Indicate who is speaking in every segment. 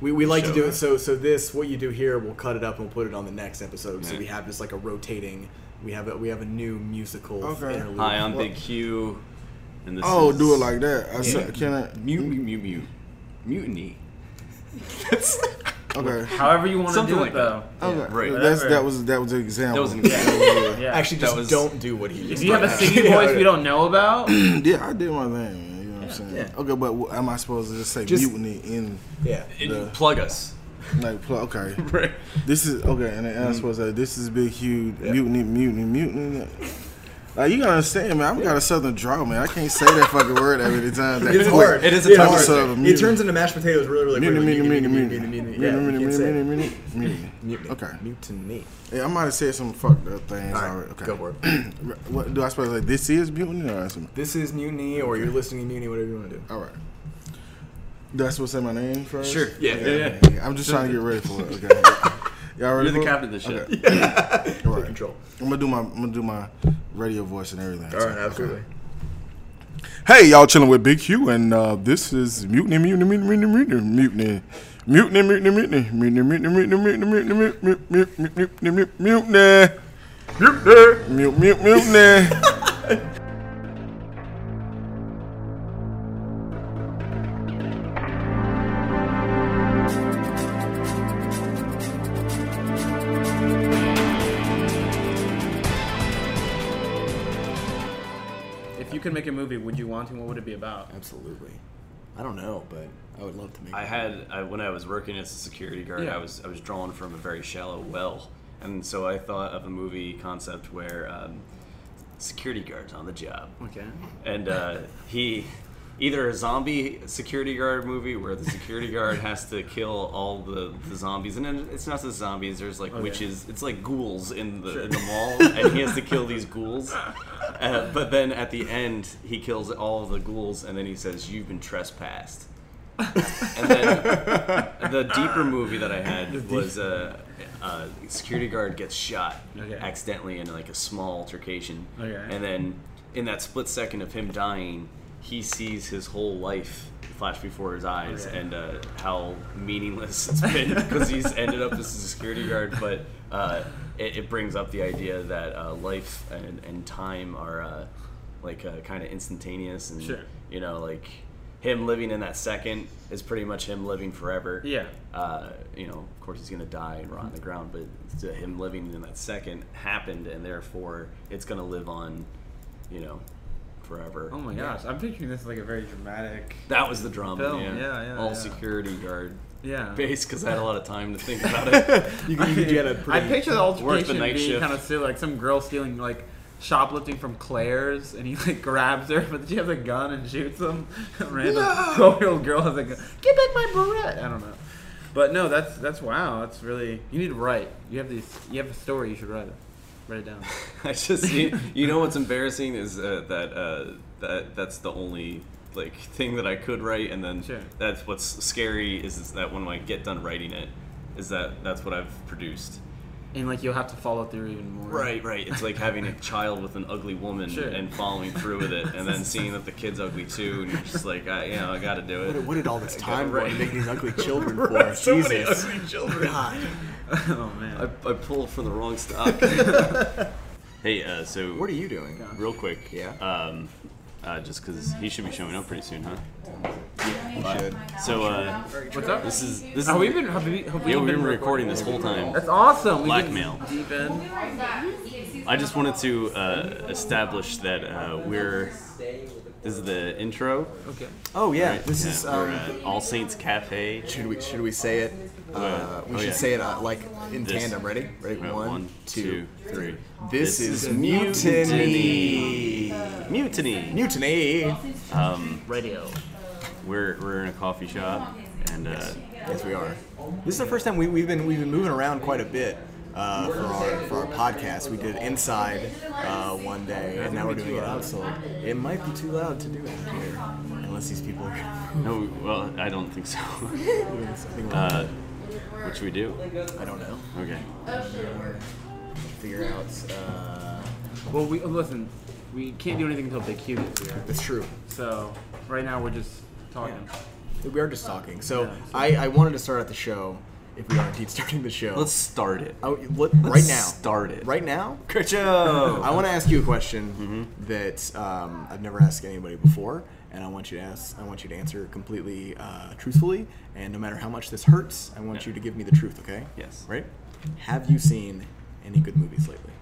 Speaker 1: We, we like to
Speaker 2: show,
Speaker 1: do
Speaker 2: huh?
Speaker 1: it so so this what you do here we'll cut it up and we'll put it on the next episode so
Speaker 2: Yeah.
Speaker 1: we have just like a rotating we have a we have a new musical
Speaker 3: Okay.
Speaker 1: interlude.
Speaker 2: Hi, I'm
Speaker 3: Well-
Speaker 2: Big Q, and this
Speaker 3: Oh,
Speaker 2: is
Speaker 3: do it like that. I said, can I?
Speaker 2: mute, mute, mute, mute, mutiny.
Speaker 3: Okay.
Speaker 4: However you want to
Speaker 2: Something
Speaker 4: do
Speaker 2: like
Speaker 4: it though.
Speaker 3: Okay.
Speaker 2: right.
Speaker 3: That's, that was that was an example.
Speaker 2: That was an
Speaker 3: example.
Speaker 4: Yeah.
Speaker 1: Actually,
Speaker 2: That
Speaker 1: just
Speaker 2: was-
Speaker 1: don't do what he
Speaker 4: if
Speaker 1: just
Speaker 4: you have a
Speaker 1: did.
Speaker 4: singing
Speaker 1: Yeah,
Speaker 4: voice we don't know about,
Speaker 3: yeah, I did my thing. Man, you know what I'm saying?
Speaker 1: yeah.
Speaker 3: Okay, but wh- am I supposed to just say
Speaker 1: Just-
Speaker 3: mutiny in
Speaker 1: Yeah.
Speaker 3: the
Speaker 2: Plug us.
Speaker 3: like? pl- Okay.
Speaker 2: Right.
Speaker 3: This is okay, and then I'm supposed to say this is big, huge mutiny, mutiny, mutiny. Like you gotta understand, man. I've got a southern draw, man. I can't say that fucking word every time. That
Speaker 1: It's
Speaker 3: quick.
Speaker 1: hard.
Speaker 2: It is a
Speaker 1: It's
Speaker 2: tough
Speaker 1: hard.
Speaker 3: episode of
Speaker 1: It
Speaker 3: mutiny.
Speaker 1: turns into mashed potatoes really, really
Speaker 3: Mutiny,
Speaker 1: quickly.
Speaker 3: mutiny, mutiny, mutiny,
Speaker 1: mutiny,
Speaker 3: mutiny,
Speaker 1: yeah, you
Speaker 3: mutiny,
Speaker 1: can't say
Speaker 3: mutiny,
Speaker 1: it.
Speaker 3: mutiny, mutiny.
Speaker 1: Mutiny.
Speaker 3: Okay.
Speaker 1: Mutiny.
Speaker 3: Yeah, I might have said some fucked up things
Speaker 1: All
Speaker 3: already.
Speaker 1: right,
Speaker 3: Okay.
Speaker 1: go for it.
Speaker 3: What do I suppose like this is mutiny or something?
Speaker 1: This is mutiny, or you're listening to mutiny, whatever you want to do.
Speaker 3: All right. Do I supposed to say my name first?
Speaker 2: Sure. Yeah, yeah,
Speaker 3: I'm just trying to get ready for it. Okay. Y'all ready?
Speaker 2: You're the
Speaker 3: for it?
Speaker 2: captain of this shit.
Speaker 3: All
Speaker 1: Take
Speaker 3: right.
Speaker 1: control.
Speaker 3: I'm gonna do my I'm gonna do my radio voice and everything.
Speaker 1: All right, absolutely.
Speaker 3: Hey, y'all chilling with Big Q, and uh, this is Mutiny, Mutiny, Mutiny, Mutiny, Mutiny, Mutiny, Mutiny, Mutiny, Mutiny, Mutiny, Mutiny, Mutiny, Mutiny, Mutiny, Mutiny, Mutiny, Mutiny, Mutiny, Mut- Mut- Mutiny.
Speaker 4: if you could make a movie, would you want to? What would it be about?
Speaker 1: Absolutely. I don't know, but I would love to make.
Speaker 2: I had I, when I was working as a security guard,
Speaker 4: Yeah.
Speaker 2: I was I was drawn from a very shallow well, and so I thought of a movie concept where um, security guards on the job,
Speaker 4: Okay.
Speaker 2: and uh, he either a zombie security guard movie where the security guard has to kill all the, the zombies, and then it's not the zombies. There's like witches. It's like ghouls in the, in the mall, and he has to kill these ghouls. Uh, but then at the end, he kills all the ghouls, and then he says, "You've been trespassed." and then the deeper movie that I had was uh, uh, security guard gets shot
Speaker 4: Okay.
Speaker 2: accidentally in like a small altercation,
Speaker 4: Okay.
Speaker 2: and then in that split second of him dying, he sees his whole life flash before his eyes
Speaker 4: Okay.
Speaker 2: and uh, how meaningless it's been because he's ended up as a security guard. But uh, it, it brings up the idea that uh, life and, and time are uh, like uh, kind of instantaneous and
Speaker 4: Sure.
Speaker 2: you know like him living in that second is pretty much him living forever
Speaker 4: Yeah.
Speaker 2: uh, you know, of course he's going to die and rot on the ground, but to him living in that second happened, and therefore it's going to live on, you know, forever.
Speaker 4: Oh my gosh, I'm picturing this like a very dramatic.
Speaker 2: That was the drama.
Speaker 4: Film,
Speaker 2: Yeah,
Speaker 4: yeah, yeah, Uh-huh.
Speaker 2: All
Speaker 4: yeah.
Speaker 2: security guard
Speaker 4: Yeah.
Speaker 2: base because I had a lot of time to think about it.
Speaker 1: You, you, you had a
Speaker 4: I
Speaker 1: pretty.
Speaker 4: picture the
Speaker 2: Worth the
Speaker 4: altercation
Speaker 2: night
Speaker 4: being
Speaker 2: shift.
Speaker 4: kind of silly, like some girl stealing, like shoplifting from Claire's, and he like grabs her, but she has a gun and shoots him. A Random twelve-year-old girl has a gun. Get back my barrette! I don't know, but no, that's that's wow. That's really you need to write. You have these. You have a story. You should write it. Write it down.
Speaker 2: I just, you, you know, what's embarrassing is uh, that uh, that that's the only like thing that I could write, and then
Speaker 4: Sure.
Speaker 2: that's what's scary is, is that when I get done writing it, is that that's what I've produced.
Speaker 4: And like you'll have to follow through even more.
Speaker 2: Right, right. It's like having a child with an ugly woman
Speaker 4: Sure.
Speaker 2: and following through with it, and then seeing that the kid's ugly too, and you're just like, I, you know, I got to do
Speaker 1: What,
Speaker 2: it.
Speaker 1: what did all this time
Speaker 2: right.
Speaker 1: right. make these ugly children for? Jesus. God.
Speaker 4: oh man.
Speaker 2: I, I pulled from the wrong stock. hey, uh, so
Speaker 1: What are you doing?
Speaker 2: real quick?
Speaker 1: Yeah.
Speaker 2: Um, uh, just because he should be showing up pretty soon, huh?
Speaker 1: should.
Speaker 2: So uh,
Speaker 4: What's up?
Speaker 2: this is this.
Speaker 4: Have
Speaker 2: is,
Speaker 4: we been? Have we, have we
Speaker 2: yeah,
Speaker 4: been
Speaker 2: we've been recording this whole time.
Speaker 4: That's awesome. We
Speaker 2: Blackmail.
Speaker 4: getting Deep in.
Speaker 2: I just wanted to uh, establish that uh, we're. This is the intro.
Speaker 4: Okay.
Speaker 1: Oh yeah,
Speaker 2: right?
Speaker 1: this is.
Speaker 2: Yeah, we're
Speaker 1: Um,
Speaker 2: at All Saints Cafe.
Speaker 1: should we should we say it? Uh, we
Speaker 2: Oh,
Speaker 1: should
Speaker 2: yeah.
Speaker 1: say it uh, like in
Speaker 2: This.
Speaker 1: tandem. Ready? Ready?
Speaker 2: Right,
Speaker 1: One, two,
Speaker 2: three.
Speaker 1: three. This, is,
Speaker 2: mutiny.
Speaker 1: mutiny.
Speaker 2: Mutiny.
Speaker 1: Mutiny.
Speaker 2: Um,
Speaker 4: Radio.
Speaker 2: we're we're in a coffee shop, and uh,
Speaker 1: Yes, we are. This is the first time we, we've been we've been moving around quite a bit uh, for our for our podcast. We did inside uh, one day, and now we're doing it outside. It might be too loud to do it here, unless these people. Are
Speaker 2: no, well, I don't think so.
Speaker 1: doing something loud.
Speaker 2: Uh, what should we do?
Speaker 1: I don't know.
Speaker 2: Okay.
Speaker 1: Figure out. Uh,
Speaker 4: Well, we listen. We can't do anything until Big Q gets here.
Speaker 1: it's true.
Speaker 4: So right now we're just talking.
Speaker 1: we are just talking. So I, I wanted to start out the show. If we are indeed starting the show,
Speaker 2: Let's start it.
Speaker 1: I, let, right now.
Speaker 2: start it. Oh,
Speaker 1: Right now, Kercho. I want to ask you a question
Speaker 2: Mm-hmm.
Speaker 1: that um, I've never asked anybody before, and I want you to ask. I want you to answer completely uh, truthfully, and no matter how much this hurts, I want you to give me the truth. Okay?
Speaker 2: Yes.
Speaker 1: Right? Have you seen any good movies lately?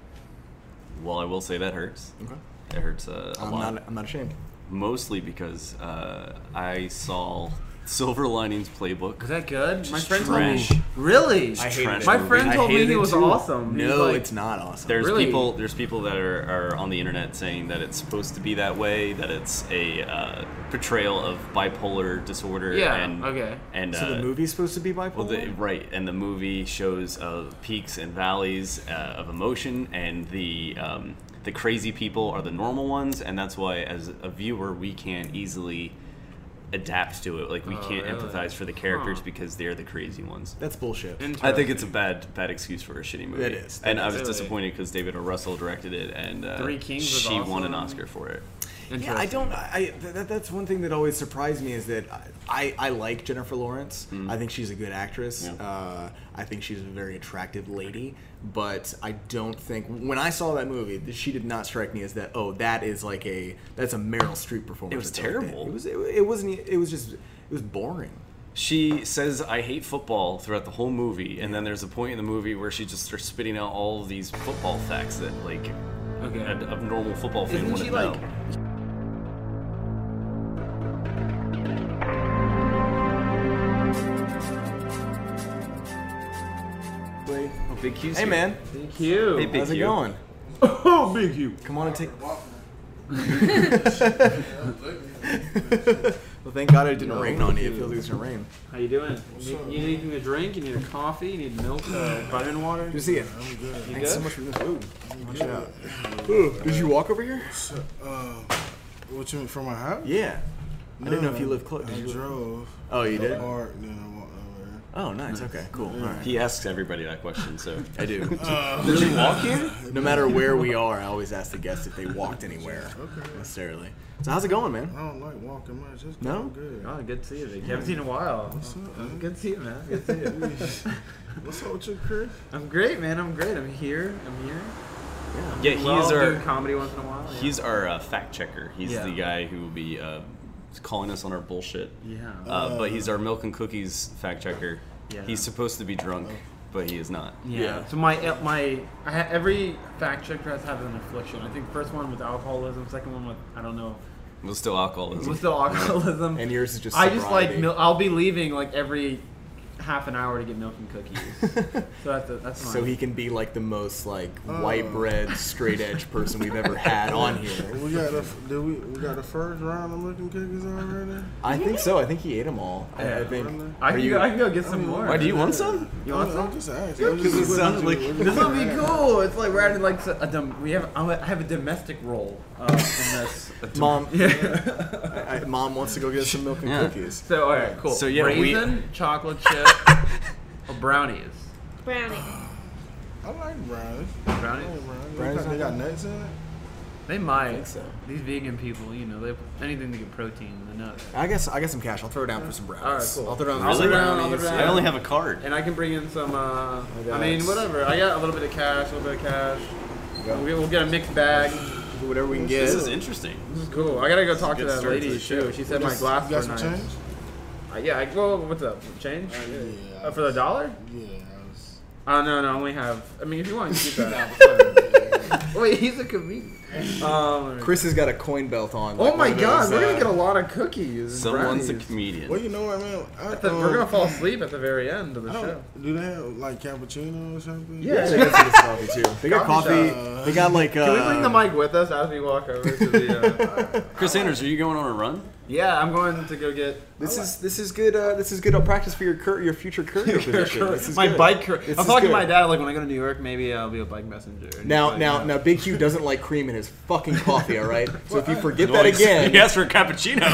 Speaker 2: Well, I will say that hurts.
Speaker 1: Okay.
Speaker 2: It hurts uh, a
Speaker 1: I'm
Speaker 2: lot.
Speaker 1: not. I'm not ashamed.
Speaker 2: Mostly because uh, I saw Silver Linings Playbook.
Speaker 4: Was that good? My friend
Speaker 2: trash.
Speaker 4: told me. Really?
Speaker 2: I hated it.
Speaker 4: My
Speaker 2: Trash
Speaker 4: friend
Speaker 2: movie.
Speaker 4: told
Speaker 1: I
Speaker 4: me
Speaker 1: hated
Speaker 4: it
Speaker 1: it
Speaker 4: was
Speaker 1: too.
Speaker 4: awesome. He was
Speaker 1: No,
Speaker 4: like-
Speaker 1: it's not awesome.
Speaker 2: There's
Speaker 4: Really?
Speaker 2: people. There's people that are, are on the internet saying that it's supposed to be that way. That it's a uh, portrayal of bipolar disorder.
Speaker 4: Yeah,
Speaker 2: And,
Speaker 4: okay.
Speaker 2: And
Speaker 1: so
Speaker 2: uh,
Speaker 1: the movie's supposed to be bipolar.
Speaker 2: Well, the, right, and the movie shows uh, peaks and valleys uh, of emotion, and the um, the crazy people are the normal ones, and that's why, as a viewer, we can't easily adapt to it. Like we can't
Speaker 4: Oh, really?
Speaker 2: empathize for the characters
Speaker 4: Huh.
Speaker 2: because they're the crazy ones.
Speaker 1: That's bullshit.
Speaker 2: I think it's a bad bad excuse for a shitty movie.
Speaker 1: It is.
Speaker 2: and I was
Speaker 4: Really?
Speaker 2: disappointed because David O. Russell directed it, and uh,
Speaker 4: Three Kings was
Speaker 2: she won an
Speaker 4: awesome.
Speaker 2: Oscar for it.
Speaker 1: Yeah, I don't. I I- that, that's one thing that always surprised me is that I I like Jennifer Lawrence. I think she's a good actress.
Speaker 2: Mm-hmm. Yeah.
Speaker 1: Uh, I think she's a very attractive lady. But I don't think when I saw that movie, th- she did not strike me as that. Oh, that is like a that's a Meryl Streep performance.
Speaker 2: It was
Speaker 1: That's what
Speaker 2: terrible.
Speaker 1: It was. It, it wasn't. e, It was just. It was boring.
Speaker 2: She says, I hate football throughout the whole movie, and then there's a point in the movie where she just starts spitting out all of these football facts that, like,
Speaker 4: Okay.
Speaker 2: a, a normal football fan
Speaker 4: Isn't
Speaker 2: wouldn't
Speaker 4: she
Speaker 2: know.
Speaker 4: like?
Speaker 1: Wait.
Speaker 2: Oh, Big Q's
Speaker 1: Hey
Speaker 2: here.
Speaker 1: man,
Speaker 4: Thank you.
Speaker 2: Hey, Big
Speaker 1: how's it
Speaker 2: Hugh.
Speaker 1: going?
Speaker 4: Oh, big you.
Speaker 1: Come on and take. well, thank God it didn't rain on you. It feels like it's gonna rain.
Speaker 4: How you doing? You, you need anything to drink? You need a coffee? You need milk? Uh, vitamin water?
Speaker 1: Good to see you.
Speaker 3: I'm good.
Speaker 4: You
Speaker 1: Thanks so
Speaker 4: good?
Speaker 1: much for this. Ooh, watch out. Ooh, did you walk over here?
Speaker 3: So, uh, what you mean from my house?
Speaker 1: Yeah. I didn't know if you
Speaker 3: No,
Speaker 1: lived close.
Speaker 3: I
Speaker 1: Did you live-
Speaker 3: drove.
Speaker 1: Oh, you did?
Speaker 3: Or, then I walked over.
Speaker 1: Oh, nice. Okay, cool. All right.
Speaker 2: He asks everybody that question, so.
Speaker 1: I do. Uh,
Speaker 2: Did you walk here?
Speaker 1: No matter where we are, I always ask the guests if they walked anywhere necessarily. So how's it going, man?
Speaker 3: I don't like walking much. It's
Speaker 1: No?
Speaker 3: going good.
Speaker 4: Oh, good to see you. Vic. Haven't seen you in a while.
Speaker 3: up,
Speaker 4: Uh,
Speaker 3: man?
Speaker 4: Good to see you, man. Good to see you.
Speaker 3: What's up with you, Chris?
Speaker 4: I'm great, man. I'm great. I'm here. I'm here.
Speaker 2: Yeah,
Speaker 4: We all
Speaker 2: he's
Speaker 4: do
Speaker 2: our
Speaker 4: comedy once in a while. yeah.
Speaker 2: he's our uh, fact checker. He's
Speaker 4: Yeah.
Speaker 2: the guy who will be uh, calling us on our bullshit.
Speaker 4: Yeah.
Speaker 2: Uh, but he's our milk and cookies fact checker.
Speaker 4: Yeah.
Speaker 2: He's supposed to be drunk, but he is not.
Speaker 4: yeah.
Speaker 1: yeah.
Speaker 4: So my uh, my I ha- every fact checker has to have an affliction. I think first one was alcoholism. Second one was I don't know.
Speaker 2: We'll still alcoholism.
Speaker 4: What's the alcoholism?
Speaker 1: And yours is just
Speaker 4: I just like
Speaker 1: sobriety.
Speaker 4: mil- I'll be leaving like every half an hour to get milk and cookies. so that's that's mine.
Speaker 1: So he can be like the most like
Speaker 3: Oh.
Speaker 1: white bread, straight edge person we've ever had on here.
Speaker 3: We got the did we we got the first round of looking cookies already.
Speaker 1: I think so. I think he ate them all. I, I think.
Speaker 3: Yeah.
Speaker 4: I
Speaker 1: Are
Speaker 4: can,
Speaker 1: you-
Speaker 4: go, I can go get some more.
Speaker 2: Why do you want some?
Speaker 4: You want
Speaker 3: I'm,
Speaker 4: some?
Speaker 3: I'm just asking. I'm just-
Speaker 2: 'Cause it
Speaker 3: what
Speaker 2: sounded
Speaker 3: you-
Speaker 2: like-
Speaker 3: what you-
Speaker 4: This would be cool. It's like we're at like a dom- we have I have a domestic role uh, in this.
Speaker 1: Mom,
Speaker 4: yeah.
Speaker 1: I, mom wants to go get some milk and
Speaker 2: Yeah.
Speaker 1: cookies.
Speaker 4: So all right, cool.
Speaker 2: So, yeah, we-
Speaker 4: raisin, chocolate chip, or brownies.
Speaker 5: Brownie.
Speaker 3: I like brownies. I
Speaker 4: Brownies.
Speaker 3: like brownies.
Speaker 1: Brownies
Speaker 3: They got- They
Speaker 1: not
Speaker 3: got nuts in it.
Speaker 4: They might.
Speaker 1: Oh, think so.
Speaker 4: These vegan people, you know, they put anything to get protein in the nuts.
Speaker 1: I guess I got some cash. I'll throw down for some brownies.
Speaker 4: All right, cool.
Speaker 1: I'll throw down for
Speaker 4: I'll
Speaker 1: some
Speaker 2: Really?
Speaker 4: throw down, I'll
Speaker 1: brownies.
Speaker 4: throw down.
Speaker 2: I only have a card.
Speaker 4: And I can bring in some. Uh,
Speaker 1: got
Speaker 4: I mean,
Speaker 1: s-
Speaker 4: whatever. I got a little bit of cash, a little bit of cash.
Speaker 1: Yeah.
Speaker 4: We'll get, we'll get a mixed bag.
Speaker 1: Whatever we can get.
Speaker 2: This is interesting.
Speaker 4: This is cool. I gotta go talk to
Speaker 2: good
Speaker 4: that
Speaker 2: start to
Speaker 4: lady
Speaker 2: the
Speaker 4: too. She said my
Speaker 3: Just-
Speaker 4: glass
Speaker 3: you got
Speaker 4: was
Speaker 3: some
Speaker 4: nice.
Speaker 3: change?
Speaker 4: Uh, yeah. I, well, what's up? Change?
Speaker 3: yeah.
Speaker 4: Uh, for the dollar?
Speaker 3: Yeah, I was.
Speaker 4: Oh no, no, we have. I mean, if you want, you can keep that. Wait, he's a comedian. Um,
Speaker 1: Chris has got a coin belt on. like
Speaker 4: oh my
Speaker 1: one of
Speaker 4: God,
Speaker 1: those,
Speaker 4: we're
Speaker 1: uh,
Speaker 4: gonna get a lot of cookies. and
Speaker 2: Someone's a
Speaker 4: brownies.
Speaker 2: comedian.
Speaker 3: Well, you know what, man. I,
Speaker 4: At the-
Speaker 3: um,
Speaker 4: We're gonna fall asleep at the very end of the
Speaker 3: I
Speaker 4: show.
Speaker 3: don't, do they have like cappuccino or something?
Speaker 4: Yeah.
Speaker 1: uh, They got some coffee too. They got
Speaker 4: Coffee
Speaker 1: coffee.
Speaker 3: shop.
Speaker 1: They got like. Uh,
Speaker 4: Can we bring the mic with us as we walk over to the? Uh,
Speaker 2: Chris Anders, are you going on a run?
Speaker 4: yeah, I'm going to go get
Speaker 1: This is this is good. Uh, this is good practice for your cur- your future career position. This is
Speaker 4: my
Speaker 1: good.
Speaker 4: bike. Cur-
Speaker 1: This
Speaker 4: I'm
Speaker 1: is
Speaker 4: talking to
Speaker 1: good.
Speaker 4: my dad. Like when I go to New York, maybe I'll be a bike messenger. and he's
Speaker 1: Now,
Speaker 4: like,
Speaker 1: now,
Speaker 4: yeah.
Speaker 1: now, Big Q doesn't like cream in is fucking coffee, all right? So if you forget
Speaker 2: Well,
Speaker 1: that again,
Speaker 2: He asked for a cappuccino.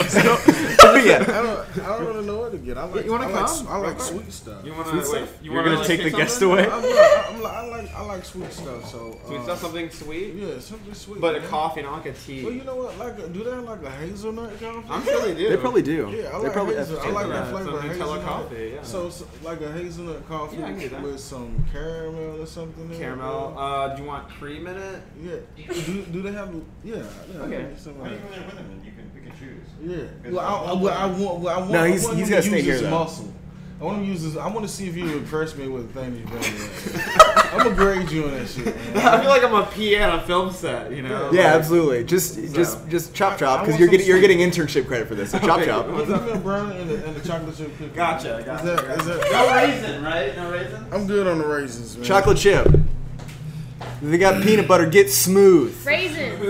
Speaker 2: So
Speaker 1: yeah.
Speaker 3: I don't, I don't really know what to get. I like,
Speaker 4: You wanna
Speaker 3: I like,
Speaker 4: come?
Speaker 3: I like
Speaker 4: Real quick.
Speaker 3: sweet stuff.
Speaker 5: You wanna wait? You
Speaker 2: you're
Speaker 5: wanna
Speaker 2: gonna
Speaker 5: like,
Speaker 2: take
Speaker 5: say
Speaker 2: the guest
Speaker 5: something?
Speaker 2: away.
Speaker 3: I'm not, I'm not, I like, I like sweet stuff. So,
Speaker 5: So it's
Speaker 3: uh,
Speaker 5: not something sweet,
Speaker 3: yeah, something sweet.
Speaker 5: but a
Speaker 3: man.
Speaker 5: coffee, not like a tea.
Speaker 3: Well, you know what? Like, a, do they have like a hazelnut coffee?
Speaker 5: I'm sure they do.
Speaker 1: They probably do.
Speaker 3: Yeah, I
Speaker 1: they
Speaker 3: like
Speaker 1: probably
Speaker 3: hazel. I like that
Speaker 5: Yeah,
Speaker 3: flavor.
Speaker 5: some
Speaker 3: of
Speaker 5: Nutella
Speaker 3: hazelnut.
Speaker 5: coffee, yeah.
Speaker 3: So, so like a hazelnut coffee
Speaker 5: Yeah, I can do that.
Speaker 3: with some caramel or something. in it,
Speaker 5: caramel.
Speaker 3: bro.
Speaker 5: Uh, do you want cream in it?
Speaker 3: yeah. Do, do they have? Yeah. yeah
Speaker 5: Okay.
Speaker 3: something
Speaker 6: Why
Speaker 3: like
Speaker 6: are you
Speaker 3: that.
Speaker 6: going there with him? You can pick and choose.
Speaker 3: Yeah. Well, I, I, well, I want. Well, I want.
Speaker 1: No, he's-
Speaker 3: I want
Speaker 1: he's
Speaker 3: him
Speaker 1: gotta
Speaker 3: to
Speaker 1: stay
Speaker 3: use
Speaker 1: here,
Speaker 3: his
Speaker 1: though.
Speaker 3: muscle. I want him to use his. I want to see if you impress me with the thing you bring. I'm gonna grade you on that shit. Man.
Speaker 5: I feel like I'm a PA on a film set. You know.
Speaker 1: Yeah,
Speaker 5: Like,
Speaker 1: absolutely. Just, just, just chop chop because
Speaker 3: want
Speaker 1: you're
Speaker 3: some
Speaker 1: getting you're
Speaker 3: sweet.
Speaker 1: getting internship credit for this. So chop chop.
Speaker 3: Cinnamon brown and the, and the chocolate chip cookie.
Speaker 5: Gotcha.
Speaker 3: Is
Speaker 5: Gotcha.
Speaker 3: that, is that,
Speaker 5: No raisin, right? No raisin.
Speaker 3: I'm good on the raisins, man.
Speaker 1: Chocolate chip. They got peanut butter. Get smooth.
Speaker 7: Raisins.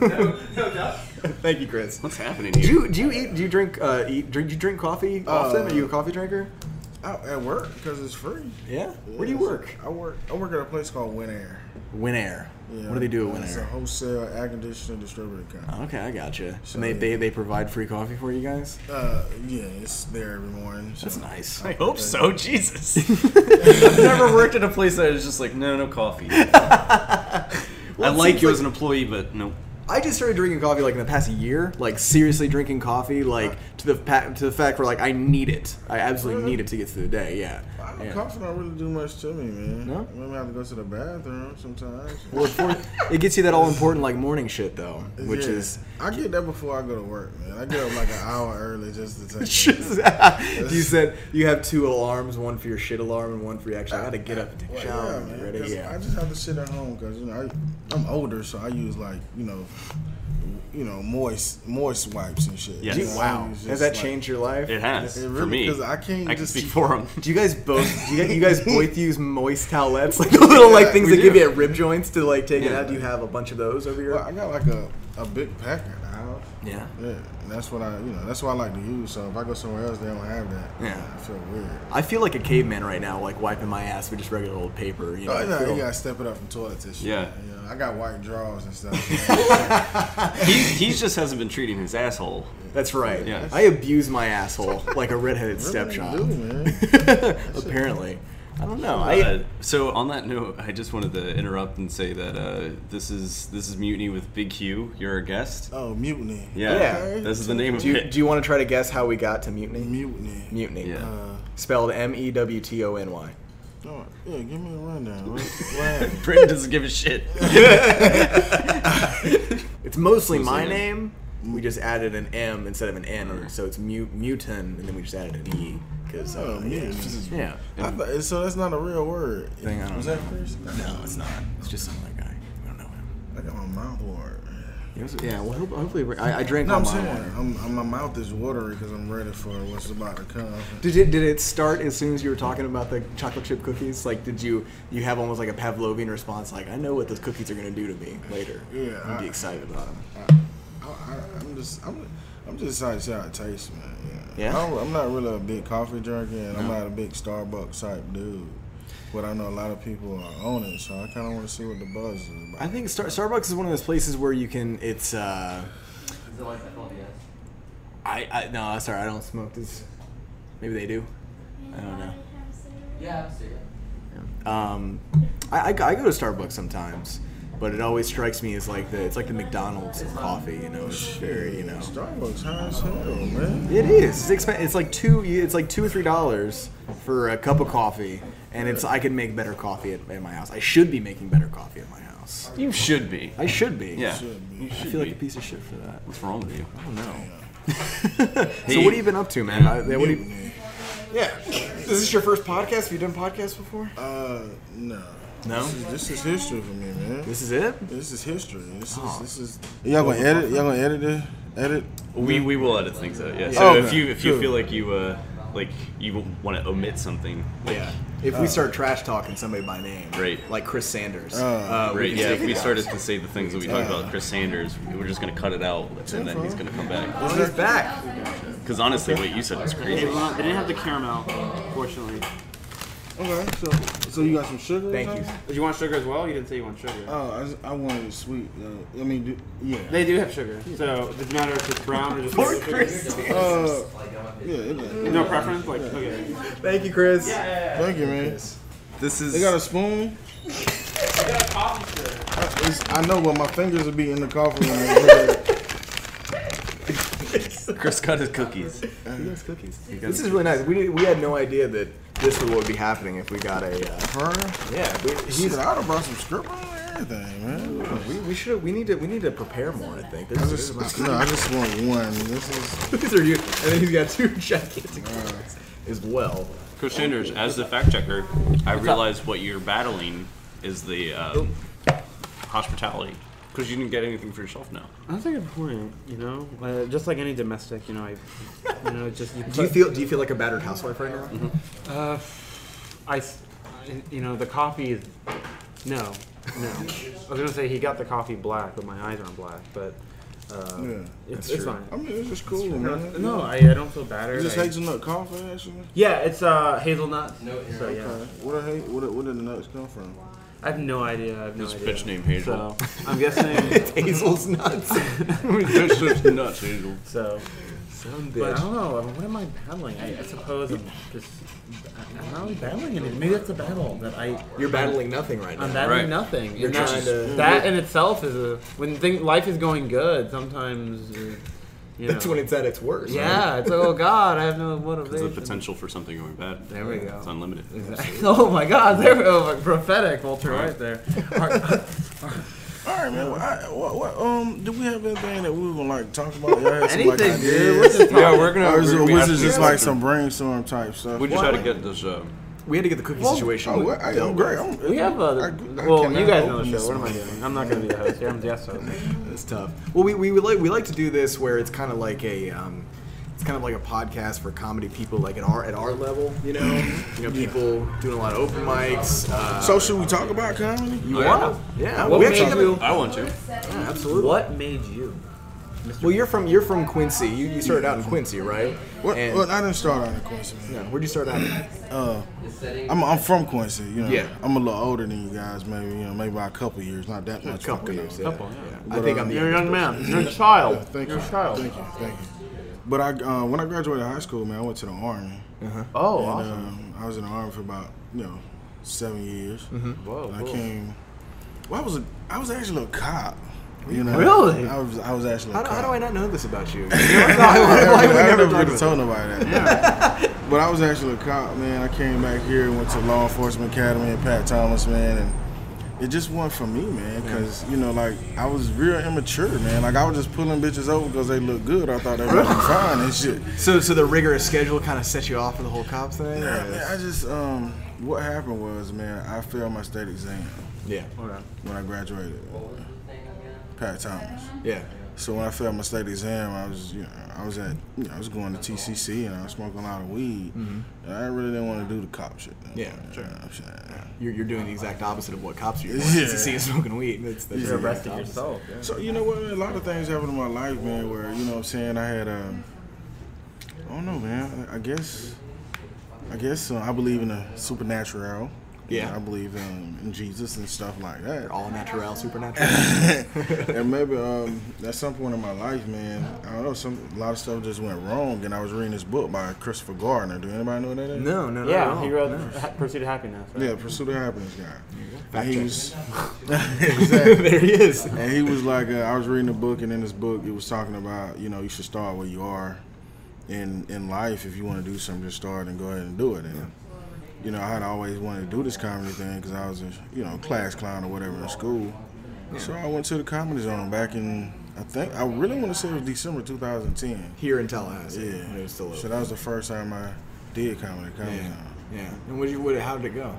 Speaker 5: no, no doubt.
Speaker 1: Thank you, Chris.
Speaker 2: What's happening
Speaker 1: Do
Speaker 2: here?
Speaker 1: you do you eat do you drink uh, eat drink do you drink coffee often? Are you a coffee drinker?
Speaker 3: Out at work because it's free.
Speaker 1: Yeah. Where do you
Speaker 3: Yes.
Speaker 1: work?
Speaker 3: I work. I work at a place called Win Air.
Speaker 1: Winair.
Speaker 3: Yeah.
Speaker 1: What do they do at
Speaker 3: It's a
Speaker 1: Winair?
Speaker 3: wholesale air conditioning distributor company.
Speaker 1: Okay, I gotcha.
Speaker 3: So,
Speaker 1: And they,
Speaker 3: yeah.
Speaker 1: they they provide free coffee for you guys.
Speaker 3: Uh, yeah, it's there every morning. So.
Speaker 1: That's nice.
Speaker 2: I hope so. Jesus. I've never worked at a place that is just like no, no coffee. I
Speaker 1: it
Speaker 2: like
Speaker 1: seems
Speaker 2: you
Speaker 1: like-
Speaker 2: as an employee, but no.
Speaker 1: I just started drinking coffee like in the past year. Like seriously drinking coffee, like to the pa- to the fact where like I need it. I absolutely need it to get through the day. Yeah.
Speaker 3: I don't,
Speaker 1: Yeah.
Speaker 3: Coffee don't really do much to me, man.
Speaker 1: No?
Speaker 3: Maybe I have to go to the bathroom sometimes.
Speaker 1: Well, it for- it gets you that all important like morning shit though, which
Speaker 3: Yeah.
Speaker 1: is.
Speaker 3: I get that before I go to work, man. I get up like an hour early just to take.
Speaker 1: Just- you said you have two alarms, one for your shit alarm and one for your actual. I gotta get up and take a
Speaker 3: Well,
Speaker 1: shower. and
Speaker 3: man,
Speaker 1: get ready.
Speaker 3: 'cause
Speaker 1: Yeah.
Speaker 3: I just have to sit at home because you know I, I'm older, so I use like you know, you know moist moist wipes and shit.
Speaker 2: Yes.
Speaker 3: You know, I
Speaker 1: Wow,
Speaker 3: use
Speaker 1: has
Speaker 3: just,
Speaker 1: that
Speaker 3: like-
Speaker 1: changed your life?
Speaker 2: It has
Speaker 3: It
Speaker 2: for
Speaker 3: really-
Speaker 2: me.
Speaker 3: 'cause I can't
Speaker 2: I can
Speaker 3: just-
Speaker 2: speak for him.
Speaker 1: Do you guys both? Do you guys, you guys both use moist towelettes, like the little like things that give you at rib joints to like take it out? Do you have a bunch of those over your?
Speaker 3: Well, I got like a, a big pack at the house.
Speaker 1: yeah.
Speaker 3: Yeah, and that's what I you know that's what I like to use. So if I go somewhere else, they don't have that.
Speaker 1: Yeah.
Speaker 3: I feel weird.
Speaker 1: I feel like a caveman right now, like wiping my ass with just regular old paper. You know,
Speaker 3: Oh,
Speaker 1: I
Speaker 3: you, know,
Speaker 1: feel-
Speaker 3: you gotta step it up from toilet tissue.
Speaker 2: Yeah.
Speaker 3: You know, I got white drawers and stuff. man.
Speaker 2: He, he just hasn't been treating his asshole.
Speaker 1: that's right.
Speaker 2: Yeah.
Speaker 1: I abuse my asshole like a redheaded
Speaker 3: Really
Speaker 1: stepchild.
Speaker 3: do, man.
Speaker 1: Apparently, I don't know. I,
Speaker 2: Uh, so on that note, I just wanted to interrupt and say that uh, this is this is mutiny with Big Hugh. You're a guest.
Speaker 3: Oh, mutiny.
Speaker 2: Yeah,
Speaker 1: Yeah.
Speaker 2: this is the name of
Speaker 1: do you,
Speaker 2: it.
Speaker 1: do you want to try to guess how we got to mutiny?
Speaker 3: Mutiny.
Speaker 1: Mutiny.
Speaker 2: Yeah.
Speaker 3: Uh,
Speaker 1: Spelled M E W T O N Y.
Speaker 3: oh, yeah, give me a rundown. What, what happened?
Speaker 2: Britain doesn't give a shit.
Speaker 1: It's mostly my
Speaker 2: Mostly
Speaker 1: name. We just added an M instead of an N, so it's mute, mutant, and then we just added an E because
Speaker 3: Oh,
Speaker 1: uh,
Speaker 3: mutiny.
Speaker 1: yeah.
Speaker 3: I thought, so that's not a real word.
Speaker 1: Thing I don't
Speaker 3: Was
Speaker 1: know.
Speaker 3: that Chris?
Speaker 1: No, it's not. It's just some other guy. I don't know him.
Speaker 3: I got my mouth water.
Speaker 1: It was- yeah. Well, hope- hopefully, we're, I, I drank
Speaker 3: No,
Speaker 1: all
Speaker 3: I'm
Speaker 1: my
Speaker 3: saying
Speaker 1: water.
Speaker 3: I'm, I'm, my mouth is watery because I'm ready for what's about to come.
Speaker 1: Did it, did it start as soon as you were talking about the chocolate chip cookies? Like, did you you have almost like a Pavlovian response? Like, I know what those cookies are gonna do to me later.
Speaker 3: Yeah,
Speaker 1: I'd be
Speaker 3: I-
Speaker 1: excited about them.
Speaker 3: I, I, I'm just I'm, I'm just excited to see how it tastes, man.
Speaker 1: Yeah?
Speaker 3: I don't, I'm not really a big coffee drinker, and I'm not a big Starbucks type dude. But I know a lot of people are on it, so I kind of want to see what the buzz is about.
Speaker 1: I think Star- Starbucks is one of those places where you can. It's. uh I, I no, sorry, I don't smoke. This maybe they do. I don't know.
Speaker 5: Yeah,
Speaker 1: Um, I, I, go- I go to Starbucks sometimes, but it always strikes me as like the it's like the McDonald's of coffee. You know, it's very you know.
Speaker 3: Starbucks high as hell, man.
Speaker 1: It is. It's expensive. It's like two. It's like two or three dollars for a cup of coffee, and it's I can make better coffee at, at my house. I should be making better coffee at my house.
Speaker 2: you should be.
Speaker 1: I should be.
Speaker 2: Yeah.
Speaker 3: Should
Speaker 2: You
Speaker 1: I
Speaker 2: should
Speaker 1: feel like
Speaker 2: be.
Speaker 1: a piece of shit for that.
Speaker 2: What's wrong with you?
Speaker 1: I don't know. so
Speaker 2: Hey.
Speaker 1: what have you been up to, man? I, what do you,
Speaker 3: Mutiny.
Speaker 1: yeah. Is this your first podcast? Have you done podcasts before?
Speaker 3: Uh, no.
Speaker 1: No.
Speaker 3: This is, this is history for me, man.
Speaker 1: This Oh. is it.
Speaker 3: This is history. This is this is. Y'all gonna edit? Y'all gonna edit this? Edit?
Speaker 2: We, we will edit things out.
Speaker 1: Oh,
Speaker 2: Yeah. So if
Speaker 3: Okay.
Speaker 2: you if you
Speaker 3: Good.
Speaker 2: feel like you uh like you want to omit something, like,
Speaker 1: Yeah. If we start trash talking somebody by name,
Speaker 2: Great.
Speaker 1: Like Chris Sanders.
Speaker 3: Uh,
Speaker 1: Oh, we
Speaker 2: Right,
Speaker 1: can
Speaker 2: yeah,
Speaker 1: take
Speaker 2: if we
Speaker 1: it out.
Speaker 2: started to say the things that we talked about Chris Sanders, we were just going to cut it out and then he's going to come back.
Speaker 1: Oh, he's back.
Speaker 2: Because honestly, what you said was
Speaker 5: They
Speaker 2: crazy.
Speaker 5: didn't have the caramel, fortunately.
Speaker 3: Okay, so so you got some sugar? or
Speaker 1: Thank you.
Speaker 3: something?
Speaker 4: But you want sugar as well? You didn't say you want sugar.
Speaker 3: Oh, I, just- I wanted it sweet. Though. I mean, do, yeah.
Speaker 4: They do have sugar, so it doesn't matter if it's brown or just regular sugar.
Speaker 3: Uh, yeah. It, it,
Speaker 4: No preference, like okay.
Speaker 1: Thank you, Chris.
Speaker 3: thank you, man.
Speaker 1: This is.
Speaker 3: They got a spoon. I, it's- I know, but my fingers will be in the coffee. When I heard.
Speaker 2: Chris cut his cookies.
Speaker 1: He has cookies. This is really nice. We did, we had no idea that this was what would be happening if we got a. Uh,
Speaker 3: Her?
Speaker 1: yeah, we,
Speaker 3: Shit,
Speaker 1: he's,
Speaker 3: I'd have brought some script and everything, man.
Speaker 1: we, we should we need to we need to prepare more. I think. This
Speaker 3: I
Speaker 1: is-
Speaker 3: just,
Speaker 1: this is-
Speaker 3: no, I just want one. This is
Speaker 1: these are you, and then he's got two gigantic cookies as well.
Speaker 2: Chris Sanders, as the fact checker, I realized what you're battling is the um, hospitality because you didn't get anything for yourself now.
Speaker 4: That's a good point. You know, uh, just like any domestic, you know, I, you know, just you
Speaker 1: Do you feel do you feel like a battered housewife right now?
Speaker 4: Uh, I, s- you know, the coffee is no, no. I was gonna say he got the coffee black, but my eyes aren't black. But uh,
Speaker 3: yeah.
Speaker 4: it's,
Speaker 1: That's
Speaker 4: it's
Speaker 1: true. Oh,
Speaker 4: fine.
Speaker 3: I mean, it's just cool, man.
Speaker 4: No, I, I don't feel battered.
Speaker 3: Is this
Speaker 4: I-
Speaker 3: hazelnut coffee actually?
Speaker 4: yeah, it's uh, hazelnut. No, so yeah,
Speaker 3: Where the ha- where, the- where did the nuts come from?
Speaker 4: I have no idea. I have no
Speaker 2: This
Speaker 4: idea.
Speaker 2: bitch named Hazel.
Speaker 4: So I'm guessing.
Speaker 1: Hazel's nuts.
Speaker 2: This is nuts, Hazel.
Speaker 4: so, but I don't know. I mean, what am I battling? I, I suppose I'm just. I'm not really battling anything. Maybe that's a battle that I.
Speaker 1: You're battling nothing right now.
Speaker 4: I'm battling
Speaker 2: Right.
Speaker 4: nothing.
Speaker 1: You're
Speaker 4: And that's-
Speaker 1: trying to-
Speaker 4: that in itself is a when thing, life is going good. Sometimes, uh, you
Speaker 1: That's
Speaker 4: know.
Speaker 1: when it's at its worst.
Speaker 4: yeah, it's oh god, I have no
Speaker 2: There's a
Speaker 4: motivation.
Speaker 2: potential for something going bad.
Speaker 4: There we go.
Speaker 2: It's unlimited.
Speaker 4: oh my god, there we go, prophetic vulture right, there. Our-
Speaker 3: All right, man. Well, I, what, what, um, do we have anything that we were gonna like talk about? Y'all had some, like,
Speaker 4: Anything,
Speaker 3: ideas?
Speaker 4: dude. What's this
Speaker 2: Yeah,
Speaker 4: topic?
Speaker 2: we're gonna.
Speaker 3: Or is
Speaker 2: we're
Speaker 3: it,
Speaker 2: gonna be
Speaker 3: was it
Speaker 2: asking
Speaker 3: just
Speaker 2: you
Speaker 3: like
Speaker 2: something.
Speaker 3: some brainstorm type stuff?
Speaker 2: We just had to get this. Uh,
Speaker 1: We had to get the cookie situation.
Speaker 3: Oh, well, I,
Speaker 1: dealt
Speaker 3: am
Speaker 1: with.
Speaker 3: great. I'm,
Speaker 4: We have
Speaker 3: I- I
Speaker 4: a well. You
Speaker 3: cannot
Speaker 4: guys know
Speaker 3: open
Speaker 4: the
Speaker 3: this
Speaker 4: show. What am I doing? I'm not gonna be the host here. I'm guest host.
Speaker 1: It's tough. Well, we, we, would like we like to do this where it's kind of like a um, it's kind of like a podcast for comedy people like at our at our level, you know, you know people doing a lot of open mics. Uh,
Speaker 3: So should we talk about comedy?
Speaker 1: you
Speaker 2: yeah.
Speaker 1: wanna? Yeah,
Speaker 4: What
Speaker 1: we
Speaker 4: made
Speaker 1: actually have a-
Speaker 4: you?
Speaker 2: I want to.
Speaker 1: yeah, absolutely.
Speaker 4: What made you?
Speaker 1: Well, you're from you're from Quincy. You, you started out in Quincy, right?
Speaker 3: Well,
Speaker 1: And-
Speaker 3: well, I didn't start out in Quincy. Man.
Speaker 1: yeah, where'd you start out?
Speaker 3: Uh, I'm, I'm from Quincy. You know,
Speaker 1: Yeah.
Speaker 3: I'm a little older than you guys. Maybe you know, maybe by a couple years, not that much.
Speaker 1: a couple
Speaker 3: fucking
Speaker 1: years.
Speaker 3: older.
Speaker 1: Yeah.
Speaker 4: Couple, yeah.
Speaker 1: I think I'm the
Speaker 4: You're a
Speaker 1: youngest
Speaker 4: young
Speaker 1: person.
Speaker 4: man. You're a child.
Speaker 3: Thank
Speaker 4: You're
Speaker 3: you.
Speaker 4: a child.
Speaker 3: Thank you. Thank you. But I, uh, when I graduated high school, man, I went to the army.
Speaker 4: Oh,
Speaker 3: And,
Speaker 4: awesome.
Speaker 3: um, I was in the army for about you know seven years.
Speaker 4: Mm-hmm. Whoa,
Speaker 3: And I
Speaker 4: cool.
Speaker 3: came. Well, I was a, I was actually a cop. You know,
Speaker 4: Really?
Speaker 3: I was I was actually.
Speaker 1: How
Speaker 3: a
Speaker 1: do,
Speaker 3: cop.
Speaker 1: how do I not know this about you? Why- why- why
Speaker 3: I
Speaker 1: we never
Speaker 3: never
Speaker 1: talked
Speaker 3: really
Speaker 1: about
Speaker 3: told nobody that. But I was actually a cop, man. I came back here, went to law enforcement academy and Pat Thomas, man, and it just wasn't for me, man. Because you know, like I was real immature, man. Like I was just pulling bitches over because they looked good. I thought they looked fine and shit.
Speaker 1: So, so the rigorous schedule kind of set you off for the whole cop thing? or-
Speaker 3: Yeah, man, I just um, what happened was, man, I failed my state exam
Speaker 1: yeah.
Speaker 3: when I graduated. Pat Thomas.
Speaker 1: Yeah.
Speaker 3: So when I failed my state exam, I was, you know, I was at, you know, I was going to TCC and I was smoking a lot of weed. And I really didn't want to do the cop shit.
Speaker 1: Mm-hmm. Yeah,
Speaker 3: sure. I'm saying.
Speaker 1: You're, you're doing the exact opposite of what cops are doing.
Speaker 3: Yeah.
Speaker 1: To see you smoking weed. That's, that's
Speaker 3: You're
Speaker 1: the exact
Speaker 4: Arresting
Speaker 1: opposite.
Speaker 4: yourself. Yeah.
Speaker 3: So you know what? Man, a lot of things happened in my life, man. Where you know, what I'm saying, I had, um, I don't know, man. I I guess, I guess uh, I believe in the supernatural. You
Speaker 1: Yeah.
Speaker 3: know, I believe um, in Jesus and stuff like that.
Speaker 1: All natural, supernatural.
Speaker 3: and maybe um, at some point in my life, man, I don't know, some a lot of stuff just went wrong. And I was reading this book by Christopher Gardner. Do anybody know who that? is?
Speaker 1: no, no, no.
Speaker 4: Yeah,
Speaker 1: no.
Speaker 4: he wrote Ha- Pursuit of Happiness. Right?
Speaker 3: Yeah, Pursuit of Happiness guy.
Speaker 1: Fact
Speaker 3: And he
Speaker 1: check.
Speaker 3: was, exactly.
Speaker 1: there he is.
Speaker 3: And he was like, uh, I was reading a book, and in this book, it was talking about, you know, you should start where you are in in life. If you want to do something, just start and go ahead and do it. And you know, I had always wanted to do this comedy thing because I was a you know class clown or whatever in school. So I went to the comedy zone back in I think I really want to say it was December 2010.
Speaker 1: Here in Tallahassee.
Speaker 3: Yeah,
Speaker 1: When it was still
Speaker 3: so
Speaker 1: open.
Speaker 3: that was the first time I did comedy. at Comedy
Speaker 1: Yeah.
Speaker 3: Zone.
Speaker 1: Yeah. And what did you, what, how did it go?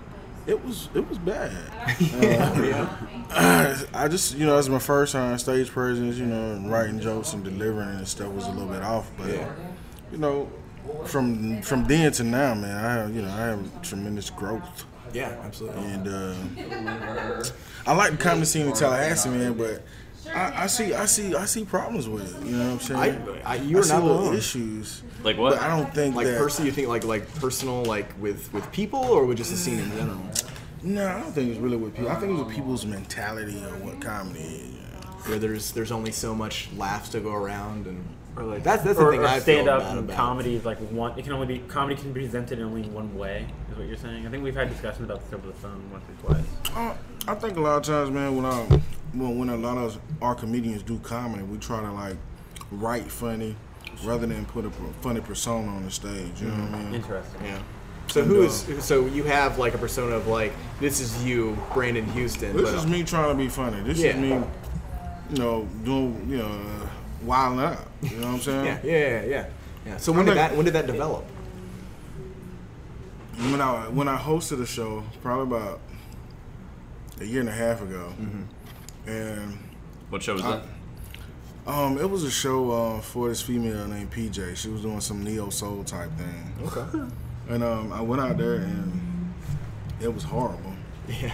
Speaker 3: It was it was bad. Uh, I just you know it was my first time stage presence, you know, and writing jokes and delivering and stuff was a little bit off, but you know, from from then to now, man, I have you know I have tremendous growth,
Speaker 1: Yeah, absolutely.
Speaker 3: and uh, I like the comedy scene in Tallahassee, man, but I, I see, I see, I see problems with it. You know what I'm saying?
Speaker 1: I- I- you are
Speaker 3: see
Speaker 1: not
Speaker 3: little
Speaker 1: alone.
Speaker 3: Issues,
Speaker 2: Like what?
Speaker 3: but I don't think
Speaker 1: Like
Speaker 3: that.
Speaker 1: person, you think like like personal, like with with people, or with just the scene in general?
Speaker 3: no, I don't think it's really with people. I think it's with people's mentality of what comedy is. you know.
Speaker 1: Where there's there's only so much laughs to go around, and
Speaker 6: Or like
Speaker 1: that's that's the
Speaker 6: or,
Speaker 1: thing
Speaker 6: or
Speaker 1: I feel
Speaker 6: stand up
Speaker 1: bad
Speaker 6: and
Speaker 1: about.
Speaker 6: comedy is like one. It can only be comedy can be presented in only one way. Is what you're saying? I think we've had discussions about this over the phone once or twice.
Speaker 3: Uh, I think a lot of times, man, when I when, when a lot of our comedians do comedy, we try to like write funny rather than put a per- funny persona on the stage. You know what I
Speaker 1: Mm-hmm.
Speaker 3: mean?
Speaker 6: Interesting.
Speaker 1: Yeah. uh, So who is so you have like a persona of like this is you, Brandon Houston.
Speaker 3: This
Speaker 1: but, uh,
Speaker 3: is me trying to be funny. This
Speaker 1: Yeah.
Speaker 3: is me, you know, doing you know, wild out. You know what I'm saying?
Speaker 1: Yeah, yeah, yeah, yeah. yeah. So when
Speaker 3: I'm
Speaker 1: did
Speaker 3: like-
Speaker 1: that when did that develop?
Speaker 3: when I when I hosted a show probably about a year and a half ago,
Speaker 1: Mm-hmm.
Speaker 3: and
Speaker 2: What show was
Speaker 3: uh,
Speaker 2: that?
Speaker 3: um, it was a show uh, for this female named PJ. She was doing some neo soul type thing,
Speaker 1: Okay.
Speaker 3: and um, I went out there and it was horrible
Speaker 1: Yeah.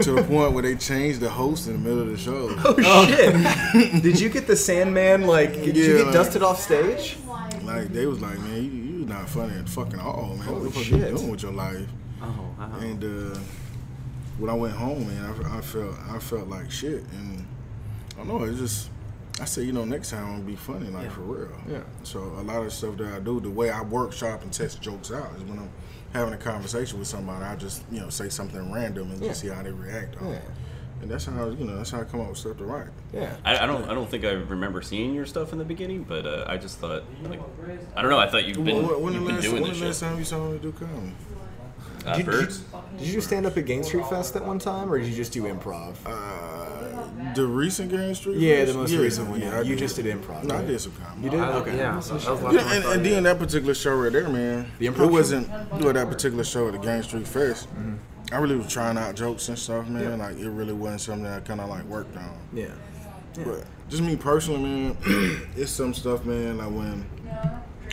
Speaker 3: to the point where they changed the host in the middle of the show.
Speaker 1: Oh shit! did you get the Sandman? Like, did you
Speaker 3: Yeah,
Speaker 1: get
Speaker 3: like-
Speaker 1: dusted off stage?
Speaker 3: Like they was like, man, you you not funny at fucking all, man.
Speaker 1: Holy
Speaker 3: what the fuck
Speaker 1: shit.
Speaker 3: you doing with your life?
Speaker 6: Oh wow.
Speaker 3: And uh, when I went home, man, I, I felt I felt like shit, and I don't know. It's just I said, you know, next time I'm gonna be funny, like for real.
Speaker 1: Yeah.
Speaker 3: So a lot of stuff that I do, the way I workshop and test jokes out is when I'm having a conversation with somebody, I just you know say something random and just see how they react. on it. And that's how you know that's how I come up with stuff to write.
Speaker 1: Yeah.
Speaker 2: I, I don't. I don't think I remember seeing your stuff in the beginning, but uh, I just thought. Like, I don't know. I thought you've been,
Speaker 3: when when
Speaker 2: you've
Speaker 3: the
Speaker 2: been
Speaker 3: last
Speaker 2: doing
Speaker 3: when the
Speaker 2: this
Speaker 3: last
Speaker 2: shit.
Speaker 3: time you saw me do comedy?
Speaker 2: Uh,
Speaker 1: Did, did,
Speaker 2: birds.
Speaker 1: you, did you stand up at Game Street Fest at one time, or did you just do improv?
Speaker 3: Uh, the recent Game Street.
Speaker 1: yeah,
Speaker 3: Fest?
Speaker 1: the most
Speaker 3: Yeah,
Speaker 1: recent one.
Speaker 3: yeah,
Speaker 1: Yeah,
Speaker 3: I
Speaker 1: you just did improv.
Speaker 3: No, I
Speaker 1: right?
Speaker 3: did some comedy.
Speaker 1: You did?
Speaker 6: I-
Speaker 1: Okay.
Speaker 6: Yeah, that was the last
Speaker 3: Yeah,
Speaker 6: time I
Speaker 3: and,
Speaker 6: saw
Speaker 3: and
Speaker 6: you.
Speaker 3: then that particular show right there, man.
Speaker 1: The
Speaker 3: it
Speaker 1: improv show?
Speaker 3: wasn't well, that particular show at the Game Street Fest.
Speaker 1: Mm-hmm.
Speaker 3: I really was trying out jokes and stuff, man. Like it really wasn't something that I kind of like worked on.
Speaker 1: Yeah.
Speaker 3: But just me personally, man, it's some stuff, man. Like when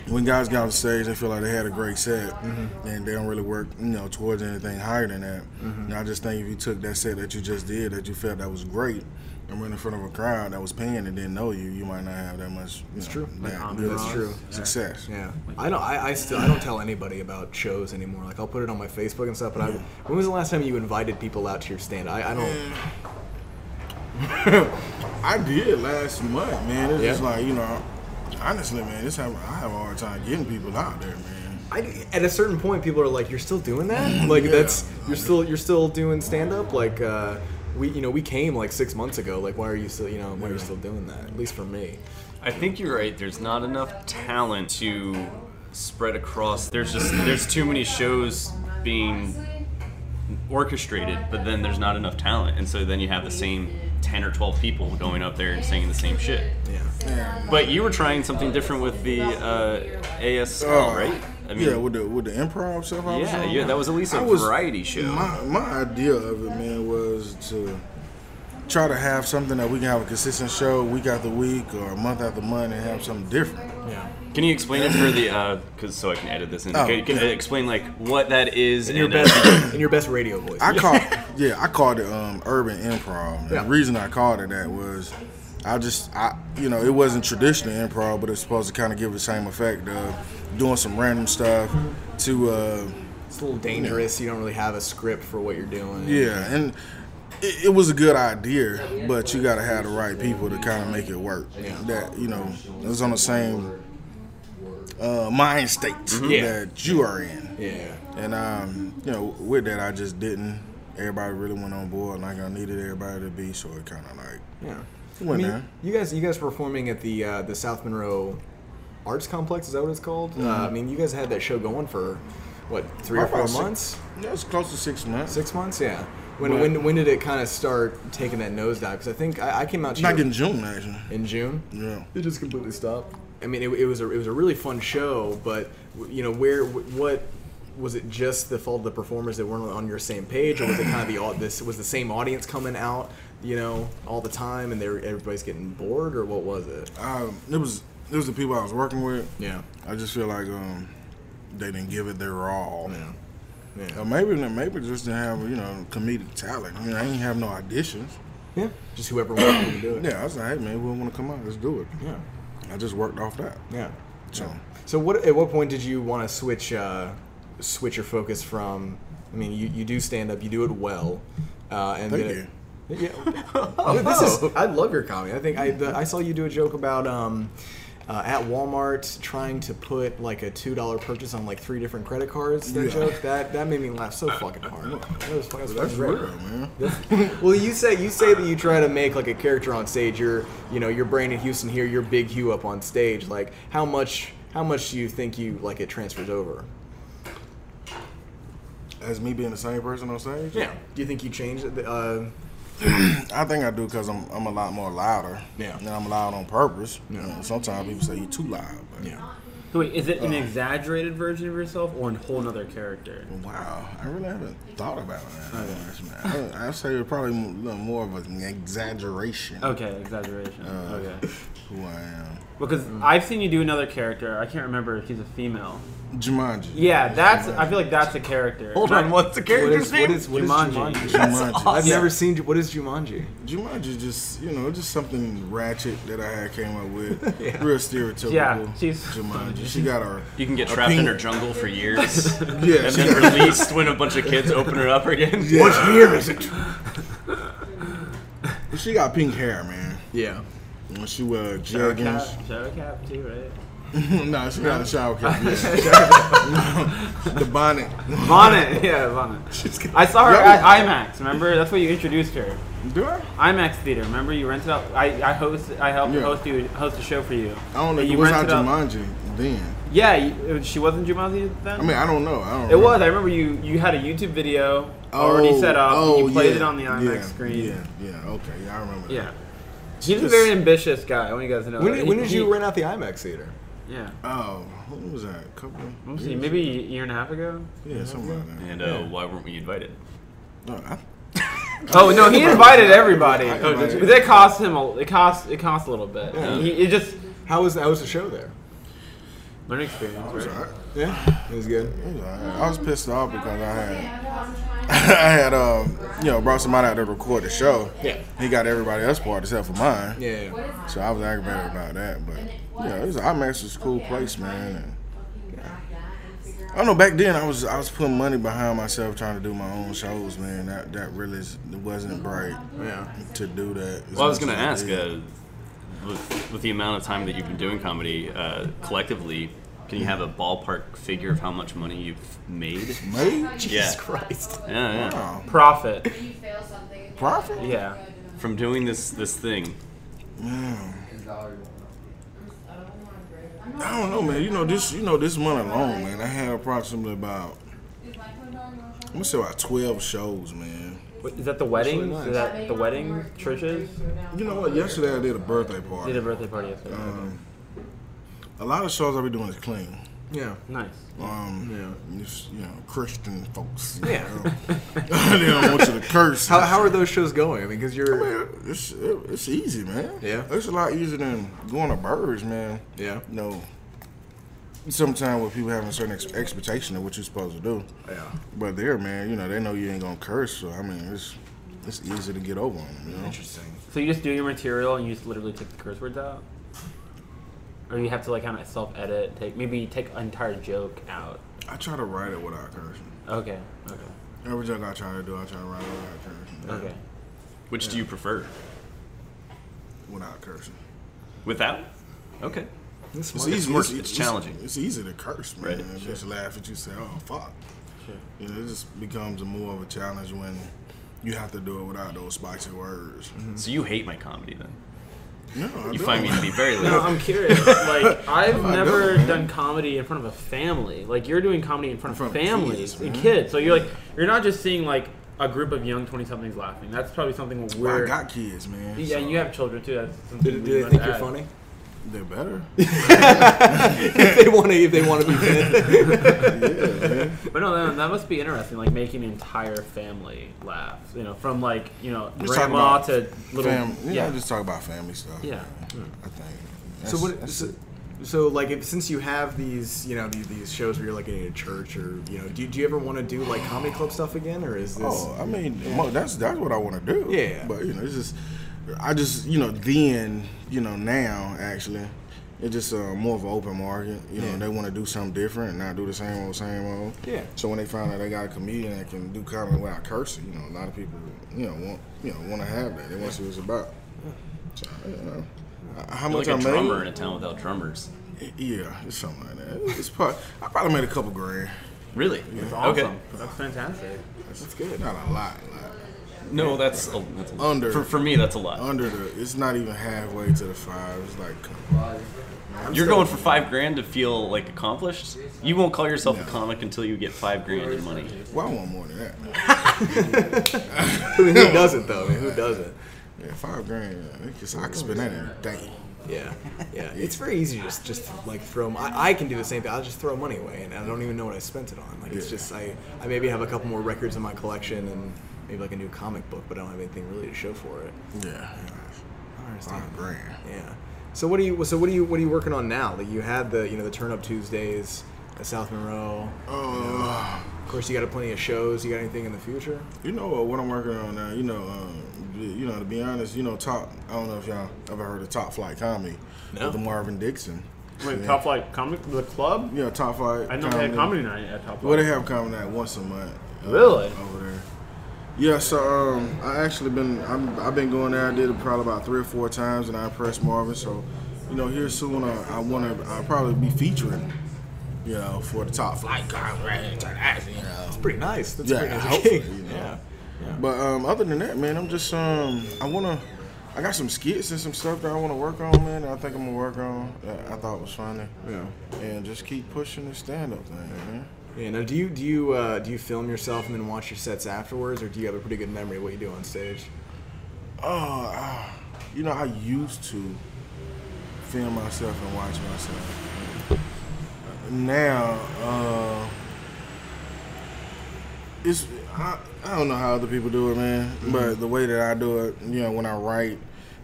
Speaker 3: when guys get on stage, they feel like they had a great set,
Speaker 1: Mm-hmm.
Speaker 3: and they don't really work, you know, towards anything higher than that. And I just think if you took that set that you just did, that you felt that was great, and went in front of a crowd that was paying and didn't know you, you might not have that much. It's
Speaker 1: true.
Speaker 3: That
Speaker 6: Like
Speaker 3: good
Speaker 6: ambiance.
Speaker 1: true.
Speaker 3: Success.
Speaker 1: Yeah, I don't. I, I still. I don't tell anybody about shows anymore. Like I'll put it on my Facebook and stuff. But I, when was the last time you invited people out to your stand? I, I don't.
Speaker 3: I did last month, man. It's just
Speaker 1: Yeah.
Speaker 3: like you know, honestly, man, this have, I have a hard time getting people out there, man.
Speaker 1: I, at a certain point, people are like, "You're still doing that? Like that's you're still you're still doing stand up? Like uh, we you know we came like six months ago. Like why are you still you know why are you still doing that? At least for me.
Speaker 2: I think you're right. There's not enough talent to spread across. There's just there's too many shows being orchestrated, but then there's not enough talent, and so then you have the same ten or twelve people going up there and singing the same shit.
Speaker 1: Yeah.
Speaker 2: But you were trying something different with the uh, AS,
Speaker 3: Oh,
Speaker 2: right?
Speaker 3: yeah, with the with the improv stuff. I was
Speaker 2: yeah,
Speaker 3: on,
Speaker 2: yeah, that was at least a
Speaker 3: I was-
Speaker 2: variety show.
Speaker 3: My my idea of it, man, was to try to have something that we can have a consistent show week after week or month after month and have something different.
Speaker 1: Yeah.
Speaker 2: Can you explain it for the uh 'cause cause so I can edit this in?
Speaker 3: Oh,
Speaker 2: can, can
Speaker 3: yeah.
Speaker 2: you explain like what that is
Speaker 1: In your
Speaker 2: and, uh,
Speaker 1: best uh, in your best radio voice.
Speaker 3: I call yeah, I called it um, urban improv. And
Speaker 1: Yeah.
Speaker 3: The reason I called it that was I just I you know, it wasn't traditional improv, but it's supposed to kind of give the same effect of doing some random stuff to uh
Speaker 1: It's a little dangerous. You don't really have a script for what you're doing.
Speaker 3: yeah, and it, it was a good idea, but you got to have the right people to kind of make it work. That you know, it's on the same uh, mind state
Speaker 1: Mm-hmm. Yeah.
Speaker 3: that you are in.
Speaker 1: Yeah.
Speaker 3: And um, you know, with that, I just didn't. Everybody really went on board, like I needed everybody to be. So it kind of like
Speaker 1: Yeah. I
Speaker 3: went
Speaker 1: mean,
Speaker 3: there.
Speaker 1: you guys, you guys were performing at the uh, the South Monroe Arts Complex. Is that what it's called? Uh, I mean, you guys had that show going for what three or
Speaker 3: Probably
Speaker 1: four
Speaker 3: Mm-hmm. about six-
Speaker 1: months?
Speaker 3: Yeah, it was close to six months.
Speaker 1: Six months, yeah. When when, when did it kind of start taking that nosedive? Because I think I, I came out to
Speaker 3: Not
Speaker 1: you
Speaker 3: in June, actually.
Speaker 1: in June.
Speaker 3: Yeah.
Speaker 1: It just completely stopped. I mean, it, it was a it was a really fun show, but w- you know where wh- what was it just the fault of the performers that weren't on your same page, or was it kind of the au- this was the same audience coming out, you know, all the time, and they were, everybody's getting bored, or what was it?
Speaker 3: Um, it was it was the people I was working with.
Speaker 1: Yeah,
Speaker 3: I just feel like um, they didn't give it their all. Uh,
Speaker 1: yeah,
Speaker 3: Or
Speaker 1: yeah.
Speaker 3: maybe maybe just didn't have you know comedic talent. I mean, I didn't have no auditions.
Speaker 1: Yeah. Just whoever wanted to do it.
Speaker 3: Yeah, I was like, hey man, we want to come out. Let's do it.
Speaker 1: Yeah.
Speaker 3: I just worked off that.
Speaker 1: Yeah.
Speaker 3: So
Speaker 1: So what? At what point did you want to switch uh, switch your focus from? I mean, you, you do stand up, you do it well, uh, and
Speaker 3: Thank
Speaker 1: then it- yeah. Oh, this is. I love your comedy. I think I the, I saw you do a joke about. Um, uh, at Walmart, trying to put like a two dollar purchase on like three different credit cards. That
Speaker 3: Yeah.
Speaker 1: joke that that made me laugh so fucking hard. That was fucking,
Speaker 3: that's
Speaker 1: great.
Speaker 3: real, man.
Speaker 1: Well, you say you say that you try to make like a character on stage. You're you know you're Brandon Houston here. You're Big Hugh up on stage. Like how much how much do you think you like it transfers over?
Speaker 3: As me being the same person on stage,
Speaker 1: Yeah. Do you think you change it? Uh,
Speaker 3: I think I do because I'm I'm a lot more louder.
Speaker 1: Yeah.
Speaker 3: and I'm loud on purpose. You know, sometimes people say you too loud. But
Speaker 1: yeah.
Speaker 4: So wait, is it
Speaker 1: Oh.
Speaker 4: an exaggerated version of yourself or a whole nother character?
Speaker 3: Wow, I really haven't thought about that. much, man. I, I'd say it's probably a little more of an exaggeration
Speaker 4: Okay, exaggeration.
Speaker 1: Uh.
Speaker 4: okay.
Speaker 3: of who I am.
Speaker 4: Because
Speaker 1: Mm.
Speaker 4: I've seen you do another character. I can't remember if he's a female.
Speaker 3: Jumanji.
Speaker 4: Yeah, that's. I feel like that's a character.
Speaker 2: Hold on, what's the character's
Speaker 1: what
Speaker 2: name?
Speaker 1: is what is
Speaker 4: Jumanji.
Speaker 1: Jumanji?
Speaker 3: Jumanji.
Speaker 1: I've never seen Ju- what is Jumanji.
Speaker 3: Jumanji just you know just something ratchet that I had came up with. Real stereotypical.
Speaker 4: Yeah, she's-
Speaker 3: Jumanji. She got her.
Speaker 2: You can get trapped in her jungle for years, and
Speaker 3: Yeah, she
Speaker 2: then
Speaker 3: got,
Speaker 2: released when a bunch of kids open her up again.
Speaker 3: yeah.
Speaker 1: Here is it.
Speaker 3: she got pink hair, man.
Speaker 1: Yeah.
Speaker 3: When she wear
Speaker 4: Shower cap,
Speaker 3: jeggings.
Speaker 4: shower cap too, right?
Speaker 3: no, she got a shower cap. yeah. the bonnet.
Speaker 4: Bonnet, yeah, Bonnet. I saw her at IMAX. Remember? That's where you introduced her.
Speaker 3: Do I?
Speaker 4: IMAX theater. Remember? You rented out. I I host. I helped
Speaker 3: Yeah.
Speaker 4: host you host a show for you.
Speaker 3: I don't know.
Speaker 4: And
Speaker 3: if It
Speaker 4: you
Speaker 3: was out
Speaker 4: rented out-
Speaker 3: Jumanji then.
Speaker 4: Yeah, you, it- she wasn't Jumanji then.
Speaker 3: I mean, I don't know. I don't.
Speaker 4: it
Speaker 3: know.
Speaker 4: was. I remember you. You had a YouTube video already
Speaker 3: Oh,
Speaker 4: set up.
Speaker 3: oh,
Speaker 4: and you played
Speaker 3: yeah,
Speaker 4: it on the IMAX
Speaker 3: yeah,
Speaker 4: screen.
Speaker 3: Yeah, yeah, okay, yeah, I remember.
Speaker 4: Yeah. He's a very ambitious guy. I want you guys to know.
Speaker 1: When
Speaker 4: that.
Speaker 1: did,
Speaker 4: He-
Speaker 1: when did
Speaker 4: he-
Speaker 1: you rent out the IMAX theater?
Speaker 4: Yeah.
Speaker 3: That. Oh, what was that? A couple.
Speaker 4: Let me see,
Speaker 3: years?
Speaker 4: maybe a year and a half ago.
Speaker 3: Yeah, something like that.
Speaker 2: And uh, why weren't we invited?
Speaker 3: No, I,
Speaker 4: Oh no, he invited everybody.
Speaker 3: Oh, did you?
Speaker 4: But that cost him. A, it cost. It cost a little bit. He, it just
Speaker 1: How was how was the show there?
Speaker 4: learning experience,
Speaker 3: all
Speaker 4: right?
Speaker 3: right.
Speaker 1: Yeah. It was good.
Speaker 3: It was all right. I was pissed off because I had I had um you know brought somebody out to record the show.
Speaker 1: Yeah.
Speaker 3: He got everybody else part except for mine.
Speaker 1: Yeah. yeah, yeah.
Speaker 3: So I was aggravated about that, but yeah, it was IMAX was a cool place, man. And, I don't know. Back then, I was I was putting money behind myself trying to do my own shows, man. That that really is- wasn't bright
Speaker 1: Yeah.
Speaker 3: to do that. as
Speaker 2: Well, I was
Speaker 3: much
Speaker 2: gonna
Speaker 3: as
Speaker 2: ask,
Speaker 3: I did.
Speaker 2: uh, with, with the amount of time that you've been doing comedy uh, collectively, can you have a ballpark figure of how much money you've made?
Speaker 3: Maybe?
Speaker 2: Jesus
Speaker 1: Christ.
Speaker 2: uh, Yeah, yeah.
Speaker 3: Oh,
Speaker 4: Profit.
Speaker 3: profit?
Speaker 4: Yeah.
Speaker 2: From doing this this thing.
Speaker 3: I don't know, man. You know this. You know this month alone, man. I had approximately about I'm gonna say about twelve shows, man.
Speaker 4: Wait, is that the wedding?
Speaker 1: nice.
Speaker 4: Is that the wedding? Churches?
Speaker 3: You know what? Yesterday I did a birthday party.
Speaker 4: Did a birthday party yesterday.
Speaker 3: Um, A lot of shows I be doing is clean.
Speaker 1: Yeah.
Speaker 4: nice.
Speaker 3: Um, yeah. You know, Christian folks.
Speaker 1: Yeah.
Speaker 3: they don't want you to curse.
Speaker 1: How, how are those shows going? I mean, because you're
Speaker 3: Man, it's it's easy, man.
Speaker 1: Yeah.
Speaker 3: it's a lot easier than going to burgers, man.
Speaker 1: yeah
Speaker 3: You know, sometimes with people having a certain ex- expectation of what you're supposed to do,
Speaker 1: yeah
Speaker 3: but there, man, you know they know you ain't gonna curse, so I mean it's it's easy to get over on them. You know?
Speaker 1: interesting.
Speaker 4: So you just do your material and you just literally take the curse words out, or you have to like kind of self edit, take maybe take an entire joke out.
Speaker 3: I try to write it without cursing.
Speaker 4: Okay. Okay.
Speaker 3: Every joke I try to do, I try to write it without cursing.
Speaker 1: Uh-huh.
Speaker 4: Okay.
Speaker 2: Which do you prefer?
Speaker 3: Without cursing.
Speaker 2: Without? Okay.
Speaker 1: This
Speaker 3: It's
Speaker 1: might-
Speaker 3: easy.
Speaker 2: work- it's challenging.
Speaker 3: It's, easy to curse, man.
Speaker 2: Right,
Speaker 3: And Just laugh at you, say, "Oh fuck."
Speaker 4: Sure.
Speaker 3: You know, it just becomes more of a challenge when you have to do it without those spicy words.
Speaker 2: So you hate my comedy then?
Speaker 3: No, I
Speaker 2: Mm-hmm. You
Speaker 3: don't.
Speaker 2: find me to be very
Speaker 4: No,
Speaker 2: lazy.
Speaker 4: I'm curious. Like I've
Speaker 3: I
Speaker 4: never
Speaker 3: don't, man.
Speaker 4: done comedy in front of a family. Like you're doing comedy in front of
Speaker 3: In front of
Speaker 4: families
Speaker 3: kids,
Speaker 4: and
Speaker 3: man.
Speaker 4: kids. So you're like you're not just seeing like a group of young twenty somethings laughing. That's probably something
Speaker 3: Well,
Speaker 4: we're
Speaker 3: I got kids, man.
Speaker 4: yeah.
Speaker 3: so
Speaker 4: and You have children too. That's something
Speaker 1: Do,
Speaker 4: we
Speaker 1: do they
Speaker 4: must
Speaker 1: think you're
Speaker 4: add.
Speaker 1: funny?
Speaker 3: They're better.
Speaker 1: if they want to, if they want to be fit.
Speaker 4: But no, that, that must be interesting. Like making an entire family laugh. You know, from like you know
Speaker 3: We're talking
Speaker 4: grandma
Speaker 3: about
Speaker 4: to little
Speaker 3: Fam- yeah,
Speaker 4: yeah.
Speaker 3: just talk about family stuff.
Speaker 4: Yeah. Hmm.
Speaker 3: man. I think.
Speaker 1: So
Speaker 3: That's-
Speaker 1: what?
Speaker 3: that's
Speaker 1: So,
Speaker 3: it.
Speaker 1: So, like, if since you have these, you know, these, these shows where you're like getting to church or you know, do, do you ever want to do like comedy club stuff again, or is this?
Speaker 3: Oh, I mean, mo- that's that's what I want to do.
Speaker 1: Yeah.
Speaker 3: But you know, it's just, I just you know then you know now actually, it's just uh, more of an open market. You know,
Speaker 1: Yeah.
Speaker 3: they want to do something different and not do the same old same old.
Speaker 1: Yeah.
Speaker 3: So when they find out they got a comedian that can do comedy without cursing, you know, a lot of people you know want you know want to have that. They want to see what it's about. So, you know. Uh, How
Speaker 2: You're
Speaker 3: much
Speaker 2: like a
Speaker 3: I made?
Speaker 2: drummer in a town without drummers.
Speaker 3: Yeah, it's something like that. It's probably, I probably made a couple grand.
Speaker 2: Really?
Speaker 4: Awesome.
Speaker 2: Okay.
Speaker 4: That's fantastic.
Speaker 3: That's good. Not a lot. Like,
Speaker 2: No, that's a, that's a lot.
Speaker 3: Under.
Speaker 2: For, for me, that's a lot.
Speaker 3: under the it's not even halfway to the five it's like come on.
Speaker 2: You're going for five grand to feel like accomplished. You won't call yourself a
Speaker 3: No.
Speaker 2: comic until you get five grand in money.
Speaker 3: well i want more than that
Speaker 1: who doesn't though? I mean, who doesn't?
Speaker 3: yeah five grand yeah, I guess i could spend that in a day
Speaker 1: Yeah, yeah. It's very easy to just just like throw. m- I, I can do the same thing. I'll just throw money away, and I don't even know what I spent it on. Like it's
Speaker 3: Yeah.
Speaker 1: just I I maybe have a couple more records in my collection and maybe like a new comic book, but I don't have anything really to show for it.
Speaker 3: yeah
Speaker 1: I understand.
Speaker 3: five grand
Speaker 1: Yeah. So what do you so what do you what are you working on now? Like you had the you know the Turn Up Tuesdays at South Monroe.
Speaker 3: uh,
Speaker 1: Of course, you got plenty of shows. You got anything in the future?
Speaker 3: you know uh, what i'm working on now you know um, you know to be honest you know top i don't know if y'all ever heard of top flight comedy
Speaker 1: No.
Speaker 3: with the marvin dixon
Speaker 6: Wait,
Speaker 3: Yeah.
Speaker 6: Top Flight Comic the club?
Speaker 3: yeah top flight
Speaker 6: I know they had comedy night at Top Flight.
Speaker 3: well they have comedy night once a month uh,
Speaker 6: Really?
Speaker 3: over there yeah, so um, I actually been I'm, I've been going there. I did it probably about three or four times, and I impressed Marvin. So, you know, here soon uh, I want to I'll probably be featuring, you know, for the top flight conference. You know,
Speaker 1: Pretty nice. That's
Speaker 3: Yeah,
Speaker 1: a pretty nice
Speaker 3: hopefully,
Speaker 1: gig.
Speaker 3: you know.
Speaker 1: Yeah.
Speaker 3: but um, other than that, man, I'm just um, I wanna, I got some skits and some stuff that I want to work on, man. That I think I'm gonna work on. That I thought was funny,
Speaker 1: Yeah.
Speaker 3: and just keep pushing the stand up thing, man.
Speaker 1: Yeah. Now, do you do you uh, do you film yourself and then watch your sets afterwards, or do you have a pretty good memory of what you do on stage?
Speaker 3: Oh, ah, you know, I used to film myself and watch myself. Now, uh, it's I, I don't know how other people do it, man. But the way that I do it, you know, when I write,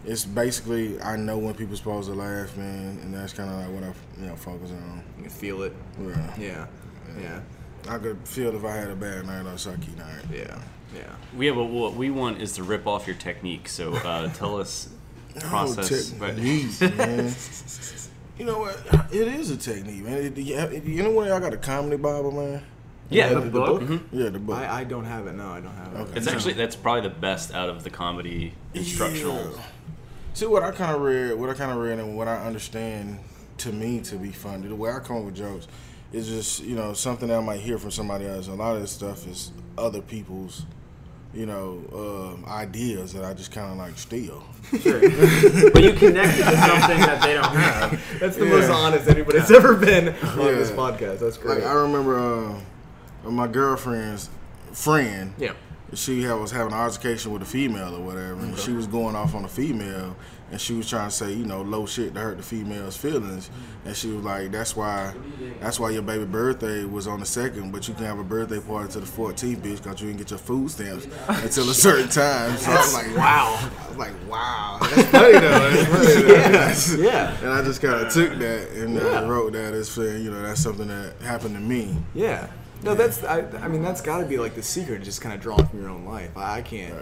Speaker 3: it's basically I know when people supposed to laugh, man, and that's kind of like what I you know focus on.
Speaker 1: You can feel it.
Speaker 3: Yeah.
Speaker 1: Yeah. Yeah.
Speaker 3: I could feel if I had a bad night or a sucky night.
Speaker 1: Yeah. Yeah.
Speaker 2: We have a, what we want is to rip off your technique. So uh, tell us process.
Speaker 3: Oh,
Speaker 2: but
Speaker 3: technique, man. you know what? It is a technique, man. It, yeah, it- you know when I got a comedy Bible, man.
Speaker 2: yeah,
Speaker 3: the
Speaker 6: book?
Speaker 3: Yeah, the book. Mm-hmm.
Speaker 1: I, I don't have it. No, I don't have it.
Speaker 3: Okay.
Speaker 2: it's actually that's probably the best out of the comedy instructional.
Speaker 3: Yeah. See what I kind of read, what I kind of read, and what I understand to me to be funny. The way I come up with jokes is just you know something that I might hear from somebody else. A lot of this stuff is other people's. You know, um, ideas that I just kind of like steal.
Speaker 6: But you connected to something that they don't have.
Speaker 1: That's the most honest anybody's ever been on this podcast. That's great.
Speaker 3: Like I remember uh, my girlfriend's friend.
Speaker 1: yeah.
Speaker 3: she had, was having an altercation with a female or whatever, and she was going off on a female, and she was trying to say, you know, low shit to hurt the female's feelings, and she was like, that's why, that's why your baby birthday was on the second, but you can have a birthday party to the 14th, bitch, because you didn't get your food stamps until a certain time. So I'm like, wow, I was like, wow, that's funny though. That's funny though. That's-
Speaker 1: Yeah.
Speaker 3: And I just kind of took that and uh, wrote that as saying, you know, that's something that happened to me.
Speaker 1: Yeah. No, that's I, I mean that's got to be like the secret, just kind of drawing from your own life. I, I can't.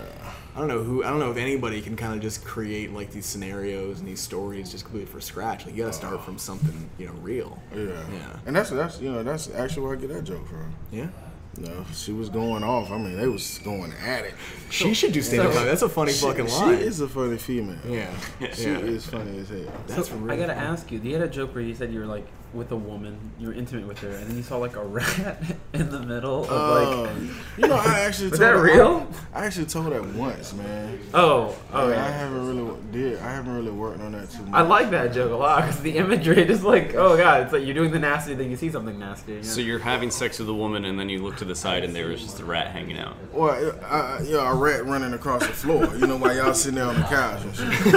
Speaker 1: I don't know who. I don't know if anybody can kind of just create like these scenarios and these stories just completely from scratch. Like you got to start from something you know real.
Speaker 3: Yeah.
Speaker 1: Uh. Yeah.
Speaker 3: And that's that's you know that's actually where I get that joke from.
Speaker 1: Yeah.
Speaker 3: No, she was going off. I mean, they was going at it.
Speaker 1: She should do stand up comedy. That's a funny fucking line.
Speaker 3: She is a funny female.
Speaker 1: yeah.
Speaker 3: She
Speaker 1: yeah.
Speaker 3: is funny as hell.
Speaker 1: That's
Speaker 6: so
Speaker 1: really
Speaker 6: I gotta
Speaker 1: funny.
Speaker 6: ask you. You had a joke where you said you were like with a woman, you were intimate with her, and then you saw like a rat in the middle of like.
Speaker 3: Um, you know, I actually
Speaker 6: Was
Speaker 3: told
Speaker 6: that
Speaker 3: her-
Speaker 6: real?
Speaker 3: I, actually told that once, man.
Speaker 6: Oh, oh
Speaker 3: Like, I
Speaker 6: yeah.
Speaker 3: haven't really did. I haven't really worked on that too much.
Speaker 6: I like that joke a lot because the imagery is like, oh god, it's like you're doing the nasty thing. You see something nasty. Yeah.
Speaker 2: So you're having sex with a woman, and then you look to the side, and there was just a rat hanging out.
Speaker 3: well, I, I, you know, a rat running across the floor. You know, while y'all sitting there on the couch and shit.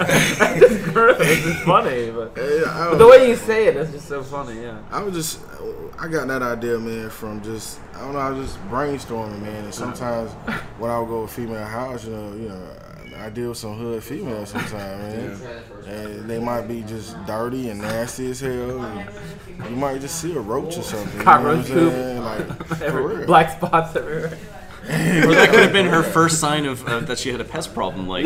Speaker 6: it's gross. It's funny, but
Speaker 3: Yeah, I
Speaker 6: but
Speaker 3: don't-
Speaker 6: the way you say it is just so funny. Yeah.
Speaker 3: I was just, I got that idea, man, from just, I don't know, I was just brainstorming, man. And sometimes when I would go to a female house, you know, you know, I deal with some hood females sometimes, man.
Speaker 5: Try the first one.
Speaker 3: And they might be just dirty and nasty as hell. and you might just see a roach or something. You know what I'm
Speaker 6: Cockroach poop.
Speaker 3: saying? Like, for
Speaker 6: Every,
Speaker 3: real.
Speaker 6: black spots everywhere.
Speaker 2: Or that could have been her first sign of uh, that she had a pest problem. Like,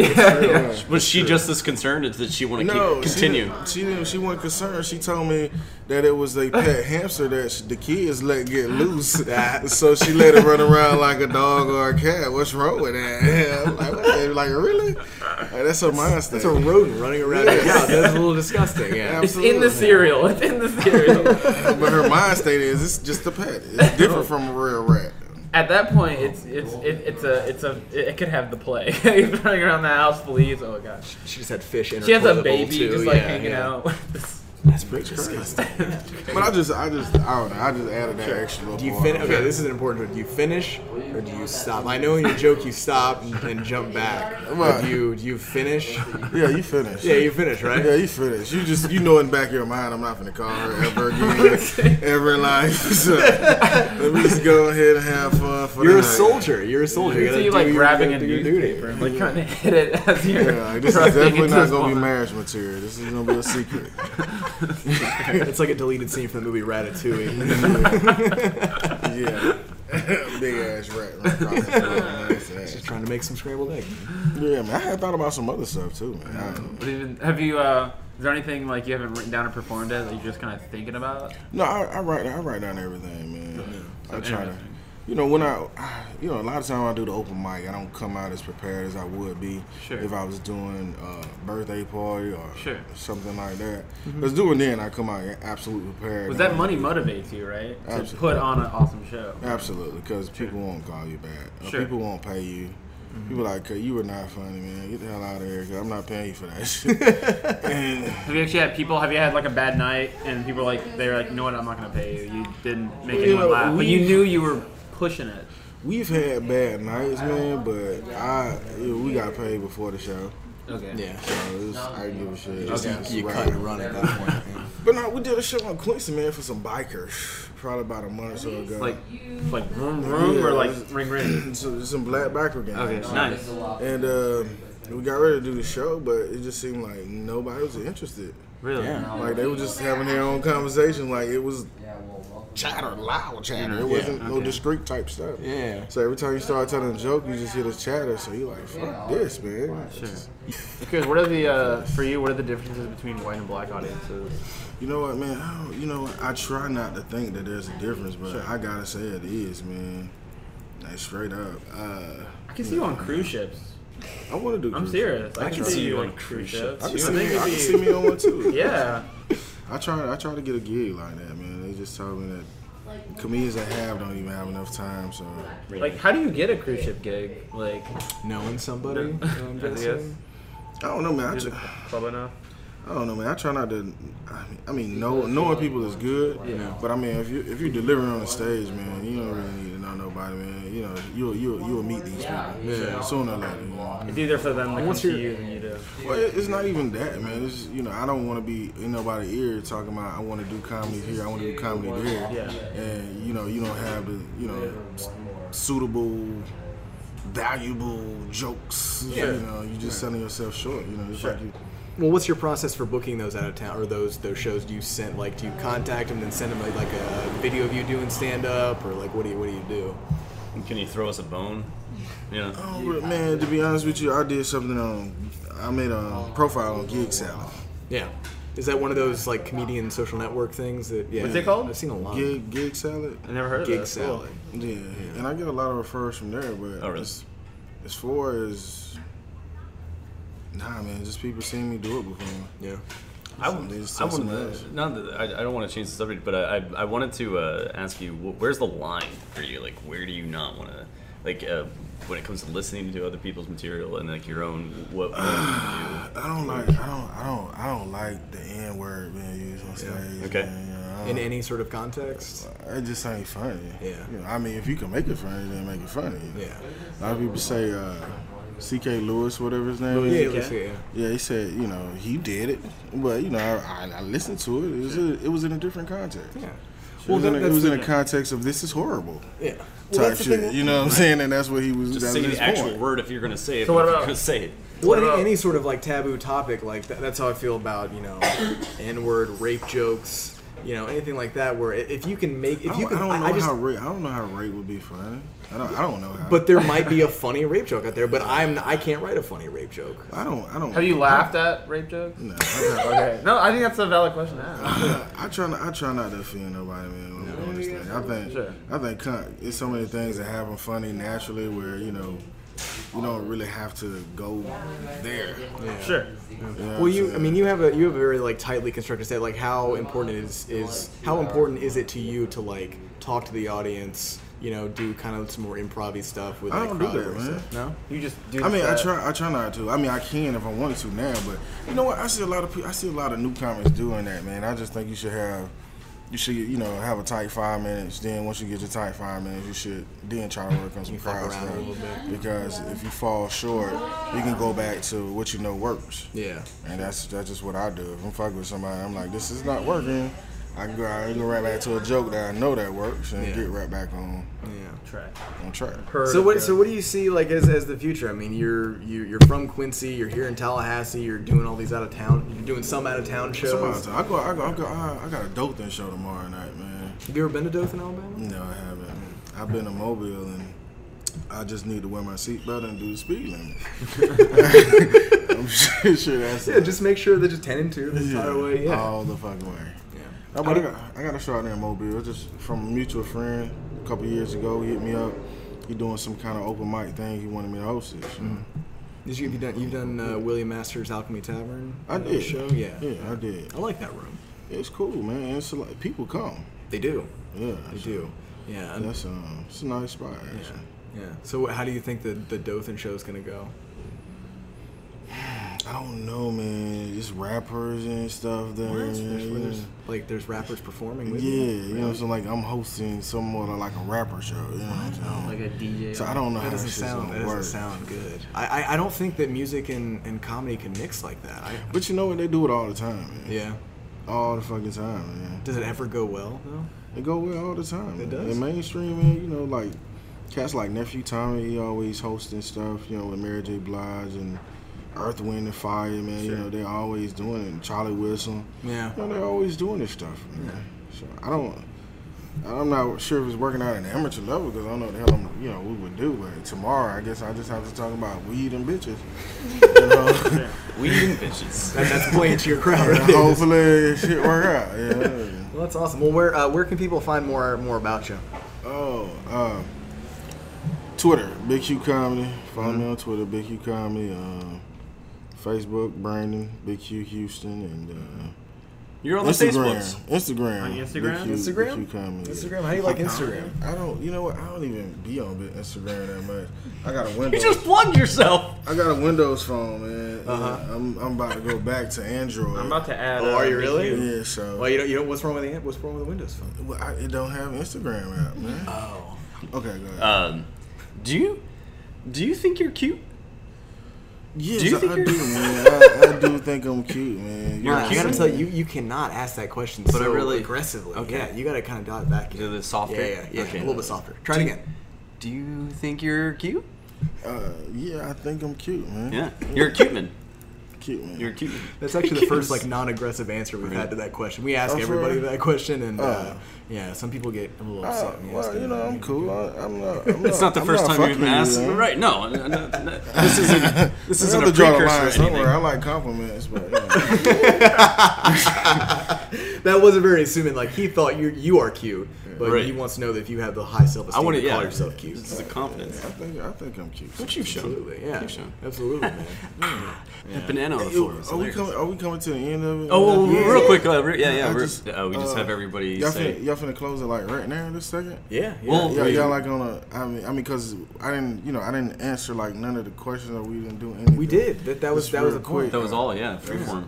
Speaker 2: was she just as concerned as did she want to
Speaker 3: No,
Speaker 2: keep,
Speaker 3: she
Speaker 2: continue?
Speaker 3: didn't- She didn't. She wasn't concerned. She told me that it was a pet hamster that sh the kids let get loose, so she let it run around like a dog or a cat. What's wrong with that? I'm like, what? Like, really? Like, that's a mind state.
Speaker 1: It's a rodent running around your house. That's a little disgusting. Yeah.
Speaker 6: It's in the cereal. It's in the cereal.
Speaker 3: But her mind state is it's just a pet. It's different from a real rat.
Speaker 6: At that point, it's it's it, it's a it's a it, it could have the plague. He's running around the house, please. Oh gosh.
Speaker 1: She just had fish in her
Speaker 6: She has a
Speaker 1: toilet bowl,
Speaker 6: baby
Speaker 1: too.
Speaker 6: just like
Speaker 1: Yeah,
Speaker 6: hanging
Speaker 1: yeah.
Speaker 6: out.
Speaker 1: That's pretty disgusting.
Speaker 3: But I just, I just, I don't know. I just added that extra little.
Speaker 1: Do you
Speaker 3: part.
Speaker 1: finish? Okay, this is an important one. Do you finish or do you stop? I know in your joke you stop and, and jump back. But do you do you finish?
Speaker 3: Yeah, you finished.
Speaker 1: Yeah, you finish,
Speaker 3: Yeah,
Speaker 1: right?
Speaker 3: you finished. You just you know in the back of your mind, I'm not gonna call her ever again, ever in life. So let me just go ahead and have fun. For
Speaker 1: You're
Speaker 3: the
Speaker 1: a
Speaker 3: night.
Speaker 1: soldier. You're a soldier.
Speaker 6: You
Speaker 1: gotta
Speaker 6: see you
Speaker 1: do
Speaker 6: like
Speaker 1: your-
Speaker 6: grabbing a
Speaker 1: gotta do your duty.
Speaker 6: newspaper and like trying to hit it as you're
Speaker 3: Yeah, like, this is
Speaker 6: thrusting
Speaker 3: definitely
Speaker 6: into
Speaker 3: not
Speaker 6: his
Speaker 3: gonna be
Speaker 6: palm.
Speaker 3: marriage material. This is gonna be a secret.
Speaker 1: It's like a deleted scene from the movie Ratatouille.
Speaker 3: Yeah, big ass rat. right across the floor, man. That's
Speaker 1: Just
Speaker 3: ass.
Speaker 1: trying to make some scrambled egg.
Speaker 3: Yeah, man. I had thought about some other stuff too, man. I don't know.
Speaker 4: What even, have you? Uh, is there anything like you haven't written down or performed at that you're just kind of thinking about?
Speaker 3: No, I, I write I write down everything, man. I try to, you know, when I, you know, a lot of time I do the open mic, I don't come out as prepared as I would be
Speaker 4: Sure.
Speaker 3: if I was doing a birthday party or
Speaker 4: Sure. Mm-hmm.
Speaker 3: something like that. Because doing then, I come out absolutely prepared.
Speaker 4: Was that money motivates you, right? To
Speaker 3: Absolutely.
Speaker 4: put on an awesome show.
Speaker 3: Absolutely, because people won't call you back. Or
Speaker 4: Sure. Mm-hmm.
Speaker 3: People won't pay you. People like, "Cause you were not funny, man. Get the hell out of here. Cause I'm not paying you for that shit." and
Speaker 4: Have you actually had people? Have you had like a bad night and people are like they're like, you know what? I'm not gonna pay you. You didn't make
Speaker 3: Well,
Speaker 4: anyone
Speaker 3: yeah,
Speaker 4: laugh, but you
Speaker 3: we-
Speaker 4: knew you were pushing it.
Speaker 3: we've had bad nights, man. But I, we got paid before the show.
Speaker 4: Okay.
Speaker 1: Yeah.
Speaker 3: So it's, I didn't give a shit. It's
Speaker 1: You
Speaker 3: right.
Speaker 1: cut and run at that point.
Speaker 3: But no, we did a show on Quincy, man, for some bikers. Probably about a month or so ago.
Speaker 4: Like, like room, room, or like ring, ring.
Speaker 3: so, some black biker gang.
Speaker 4: Okay, nice.
Speaker 3: And uh, we got ready to do the show, but it just seemed like nobody was interested.
Speaker 4: Really?
Speaker 3: Like they were just having their own conversation. Like it was chatter, loud chatter. It wasn't no discreet type stuff.
Speaker 1: Yeah.
Speaker 3: So every time you start telling a joke, you just hear this chatter. So you're like, fuck this, man.
Speaker 6: Because what are the uh, for you? What are the differences between white and black audiences?
Speaker 3: You know what, man? I don't, you know, what? I try not to think that there's a difference, but I gotta say it is, man. Like straight up. Uh,
Speaker 4: I can see you on cruise ships.
Speaker 3: I want to do.
Speaker 4: I'm
Speaker 3: cruise.
Speaker 4: serious. I, can
Speaker 3: try.
Speaker 4: see you on cruise ships.
Speaker 3: I can,
Speaker 4: I
Speaker 3: see
Speaker 4: think
Speaker 3: me, I can
Speaker 4: it'd
Speaker 3: see me on one too.
Speaker 4: be- Yeah.
Speaker 3: I try. I try to get a gig like that, man. They just tell me that comedians that have don't even have enough time. So
Speaker 4: Like, how do you get a cruise ship gig? Like,
Speaker 1: Knowing somebody. I'm guessing.
Speaker 3: I don't know, man. I, ju-
Speaker 4: club enough?
Speaker 3: I don't know, man. I try not to. I mean, I mean, know, knowing people is good. But I mean, if you if you deliver on the stage, man, you don't really need to know nobody, man. You know, you'll you'll you'll meet these people sooner or later. You know?
Speaker 4: It's either for them to come to you than you do.
Speaker 3: Well, it- it's not even that, man. It's just, you know, I don't want to be in nobody's ear talking about I want to do comedy here, I want to do comedy there, and you know, you don't have the you know s- suitable, valuable jokes. You know, you just selling yourself short. You know, it's like you,
Speaker 1: Well, what's your process for booking those out of town or those those shows? Do you send like do you contact them and send them like, like a video of you doing stand up or like what do you what do you do?
Speaker 2: Can you throw us a bone? Yeah.
Speaker 3: oh, but, man. To be honest with you, I did something on. I made a profile on Gig Salad.
Speaker 1: Yeah. Is that one of those like comedian social network things that yeah? What's
Speaker 4: it called?
Speaker 1: I've seen a lot.
Speaker 3: Gig Gig Salad.
Speaker 4: I never heard of
Speaker 1: Gig
Speaker 4: that.
Speaker 1: salad.
Speaker 3: Yeah, and I get a lot of referrals from there, but
Speaker 2: Oh, really?
Speaker 3: as, as far as nah, man, just people seeing me do it before.
Speaker 1: Yeah.
Speaker 2: I
Speaker 3: So
Speaker 2: would-
Speaker 3: they just
Speaker 2: I
Speaker 3: took some
Speaker 2: would-
Speaker 3: ass.
Speaker 2: not that I, I don't want to change the subject, but I, I, I wanted to uh, ask you, wh- where's the line for you? Like, where do you not want to, like, uh, when it comes to listening to other people's material and like your own, what? what do
Speaker 3: I don't like, I don't, I don't, I don't like the N word being used on stage.
Speaker 2: okay.
Speaker 3: man, you know, I
Speaker 1: In
Speaker 3: don't-
Speaker 1: any sort of context.
Speaker 3: It just ain't funny.
Speaker 1: Yeah.
Speaker 3: You know, I mean, if you can make it funny, then make it funny.
Speaker 1: Yeah.
Speaker 3: A lot of people say uh, C.K. Lewis, whatever his name
Speaker 1: Yeah.
Speaker 3: is.
Speaker 1: it was- yeah.
Speaker 3: Yeah, he said, you know, he did it, but you know, I, I listened to it. It was, a, it was in a different context.
Speaker 1: Yeah.
Speaker 3: Well, it was,
Speaker 1: that-
Speaker 3: in a, it
Speaker 1: that's
Speaker 3: was
Speaker 1: the
Speaker 3: in a
Speaker 1: thing.
Speaker 3: context of this is horrible
Speaker 1: Yeah. Well,
Speaker 3: type
Speaker 1: that's the
Speaker 3: shit.
Speaker 1: thing that-
Speaker 3: you know what I'm saying? And that's what he was.
Speaker 2: Just
Speaker 3: that
Speaker 2: say
Speaker 3: was his
Speaker 2: the actual
Speaker 3: point.
Speaker 2: word if you're gonna say it.
Speaker 6: So
Speaker 2: but
Speaker 6: what
Speaker 2: if you're
Speaker 6: about-
Speaker 2: gonna say it?
Speaker 1: Well,
Speaker 6: What
Speaker 1: any,
Speaker 6: about-
Speaker 1: any sort of like taboo topic like that, that's how I feel about you know, n-word, rape jokes, you know, anything like that. Where i- if you can make, if
Speaker 3: I
Speaker 1: you can,
Speaker 3: don't, I don't know
Speaker 1: just,
Speaker 3: how rape. I don't know how rape would be funny. I don't. I don't know how.
Speaker 1: but there might be a funny rape joke out there. But I'm I can't write a funny rape joke.
Speaker 3: I don't. I don't.
Speaker 4: Have you laughed at rape jokes?
Speaker 3: No, I,
Speaker 4: Okay. No, I think that's a valid question to ask.
Speaker 3: I try. Not, I try not to offend nobody, man. When we're doing this thing, I think.
Speaker 4: Sure.
Speaker 3: I think con- it's so many things that happen funny naturally where you know you don't really have to go there.
Speaker 4: Sure.
Speaker 3: You know
Speaker 1: Well,
Speaker 3: what I'm
Speaker 1: you I
Speaker 3: saying?
Speaker 1: mean you have a you have a very like tightly constructed set. Like how important is is how important is it to you to like talk to the audience? You know, do kind of some more improv stuff with
Speaker 3: I
Speaker 1: like
Speaker 3: don't do
Speaker 1: crowd
Speaker 3: that,
Speaker 1: work
Speaker 3: man.
Speaker 1: stuff. No,
Speaker 4: You just do.
Speaker 3: I mean, I
Speaker 4: that.
Speaker 3: try. I try not to. I mean, I can if I wanted to now, but you know what? I see a lot of people. I see a lot of new comics doing that, man. I just think you should have, you should, you know, have a tight five minutes. Then once you get your tight five minutes, you should then try to work on some
Speaker 1: You fuck
Speaker 3: crowd
Speaker 1: around
Speaker 3: stuff
Speaker 1: a little bit.
Speaker 3: because if you fall short, you can go back to what you know works.
Speaker 1: yeah.
Speaker 3: And that's that's just what I do. If I'm fucking with somebody, I'm like, this is not working. I can go, I can go right back to a joke that I know that works and
Speaker 1: Yeah.
Speaker 3: get right back on
Speaker 1: Yeah.
Speaker 3: on track.
Speaker 1: So what? So what do you see like as, as the future? I mean, you're you, you're from Quincy. You're here in Tallahassee. You're doing all these out of town. You're doing some out of town shows.
Speaker 3: So I go, I go, I go. I, I got a Dothan show tomorrow night, man.
Speaker 1: Have you ever been to Dothan, Alabama?
Speaker 3: No, I haven't. I've been to Mobile and I just need to wear my seatbelt and do the speed limit. I'm sure, sure that's
Speaker 1: Yeah, just make sure that just ten and two the entire way. Yeah. Oh.
Speaker 3: all the fucking way.
Speaker 1: yeah.
Speaker 3: No, but I got, I got a show out there in Mobile. It's just from a mutual friend a couple years ago. He hit me up. He doing some kind of open mic thing. He wanted me to host it. so
Speaker 1: Mm-hmm. Did you have you done you've done uh, William Masters Alchemy Tavern?
Speaker 3: I
Speaker 1: uh,
Speaker 3: did.
Speaker 1: Show. Yeah.
Speaker 3: Yeah, I did.
Speaker 1: I like that room.
Speaker 3: It's cool, man. It's a lot. People come.
Speaker 1: They do.
Speaker 3: Yeah.
Speaker 1: They do. Yeah. and-
Speaker 3: That's um, it's a nice spot.
Speaker 1: yeah.
Speaker 3: Actually.
Speaker 1: Yeah. So what- how do you think the the Dothan show is gonna go?
Speaker 3: I don't know, man. It's rappers and stuff there.
Speaker 1: There's-
Speaker 3: man.
Speaker 1: there's- like there's rappers performing with
Speaker 3: Yeah,
Speaker 1: you.
Speaker 3: you know what I'm saying? Like, I'm hosting somewhat of like a rapper show. You know what I'm saying?
Speaker 6: Like a DJ.
Speaker 3: so I don't know how
Speaker 1: That
Speaker 3: this
Speaker 1: doesn't
Speaker 3: shit's
Speaker 1: sound.
Speaker 3: gonna
Speaker 1: That doesn't
Speaker 3: work.
Speaker 1: sound good. I, I, I don't think that music and, and comedy can mix like that. I,
Speaker 3: But you know what? They do it all the time, man.
Speaker 1: yeah.
Speaker 3: All the fucking time, man.
Speaker 1: Does it ever go well though?
Speaker 3: It go well all the time.
Speaker 1: It
Speaker 3: man.
Speaker 1: does?
Speaker 3: And mainstream, man, you know, like cats like nephew Tommy, he always hosting stuff. You know, with Mary J. Blige and Earth, Wind and Fire, man. You know, they're always doing it. And Charlie Wilson,
Speaker 1: Yeah.
Speaker 3: you know, they're always doing this stuff, man. So I don't. I'm not sure if it's working out at an amateur level because I don't know what the hell I'm, you know we would do. But tomorrow, I guess I just have to talk about weed and bitches. You know,
Speaker 2: We even bitches.
Speaker 1: That, that's playing to your crowd. Right there.
Speaker 3: hopefully shit work out. Yeah.
Speaker 1: Well, that's awesome. Well, where uh, where can people find more more about you?
Speaker 3: Oh, uh, Twitter, Big Q Comedy. Follow me on Twitter, Big Q Comedy. Uh, Facebook, Brandon, Big Q Houston, and
Speaker 2: You're
Speaker 3: uh,
Speaker 2: on the
Speaker 3: Instagram.
Speaker 2: Facebooks.
Speaker 3: Instagram.
Speaker 6: On Instagram?
Speaker 3: Big Q,
Speaker 1: Instagram?
Speaker 3: Big Q Comedy. yeah.
Speaker 1: Instagram. How do you like Instagram?
Speaker 3: I don't. You know what? I don't even be on Big- Instagram that much. I got a
Speaker 2: You
Speaker 3: Windows.
Speaker 2: just Uh-huh. plugged yourself.
Speaker 3: I got a Windows phone, man. Yeah, I'm, I'm about to go back to Android.
Speaker 6: I'm about to add.
Speaker 1: Oh,
Speaker 6: uh,
Speaker 1: are you really?
Speaker 3: Yeah, so
Speaker 1: Well, you don't, you don't. What's wrong with the what's wrong with the Windows Phone?
Speaker 3: well, I, it don't have Instagram app, man. Oh. Okay, go ahead.
Speaker 2: Um, do you do you think you're cute?
Speaker 3: Yes,
Speaker 2: Do you
Speaker 3: I,
Speaker 2: think
Speaker 3: I
Speaker 2: you're-
Speaker 3: do, man. I, I do think I'm cute, man.
Speaker 2: You're
Speaker 3: know,
Speaker 1: I
Speaker 2: cute.
Speaker 1: gotta tell you, you cannot ask that question but
Speaker 2: I
Speaker 1: so
Speaker 2: really-
Speaker 1: aggressively.
Speaker 2: Okay.
Speaker 1: Yeah, you gotta kind of dial it back.
Speaker 2: To the softer?
Speaker 1: Yeah, yeah, yeah.
Speaker 2: Okay.
Speaker 1: A little bit softer. Try it again.
Speaker 2: Do you think you're cute?
Speaker 3: Uh, yeah, I think I'm cute, man.
Speaker 2: Yeah, you're a cute man.
Speaker 3: Cute, man.
Speaker 2: You're a cute. man.
Speaker 1: That's actually the first like non-aggressive answer we've had to that question. We ask
Speaker 3: Oh, for
Speaker 1: everybody
Speaker 3: real?
Speaker 1: that question, and uh,
Speaker 3: Oh.
Speaker 1: yeah, some people get a little
Speaker 3: Oh,
Speaker 1: upset. when we ask
Speaker 3: well, you
Speaker 1: them
Speaker 3: know,
Speaker 1: that.
Speaker 3: I'm cool. I, I'm not. I'm
Speaker 2: It's not the
Speaker 3: I'm
Speaker 2: first time
Speaker 3: fucking
Speaker 2: you've been
Speaker 3: you,
Speaker 2: asked.
Speaker 3: man.
Speaker 2: Right? No, no, no, no. this isn't. This
Speaker 3: I
Speaker 2: isn't
Speaker 3: have
Speaker 2: a
Speaker 3: to draw the
Speaker 2: precursor
Speaker 3: line
Speaker 2: or anything.
Speaker 3: somewhere. I like compliments, but you know,
Speaker 1: That wasn't very assuming. Like he thought you you are cute, but
Speaker 2: Right.
Speaker 1: he wants to know that if you have the high self-esteem,
Speaker 2: I want
Speaker 1: to
Speaker 2: to yeah,
Speaker 1: call yourself cute.
Speaker 2: This is a confidence.
Speaker 3: I think I think I'm cute.
Speaker 2: What you've shown.
Speaker 1: Absolutely, yeah,
Speaker 2: Keep showing.
Speaker 1: absolutely, man.
Speaker 2: That banana on the
Speaker 3: Yo,
Speaker 2: floor. is
Speaker 3: are we
Speaker 2: hilarious.
Speaker 3: coming? Are we coming to the end of it?
Speaker 2: Oh, well,
Speaker 3: Yeah.
Speaker 2: real quick. Uh, re- yeah, yeah.
Speaker 3: I
Speaker 2: we're-
Speaker 3: just-
Speaker 2: uh, we just
Speaker 3: uh,
Speaker 2: have everybody
Speaker 3: Y'all
Speaker 2: say.
Speaker 3: finna, y'all finna close it like right now, this second.
Speaker 1: Yeah, yeah.
Speaker 2: Well,
Speaker 3: Yeah,
Speaker 2: Wait.
Speaker 3: y'all like on a. I mean, I mean, cause I didn't, you know, I didn't answer like none of the questions or we didn't do anything.
Speaker 1: we did. That that was
Speaker 3: It's
Speaker 1: that was a
Speaker 3: real
Speaker 1: point.
Speaker 3: quick.
Speaker 2: That was all, yeah. Freeform.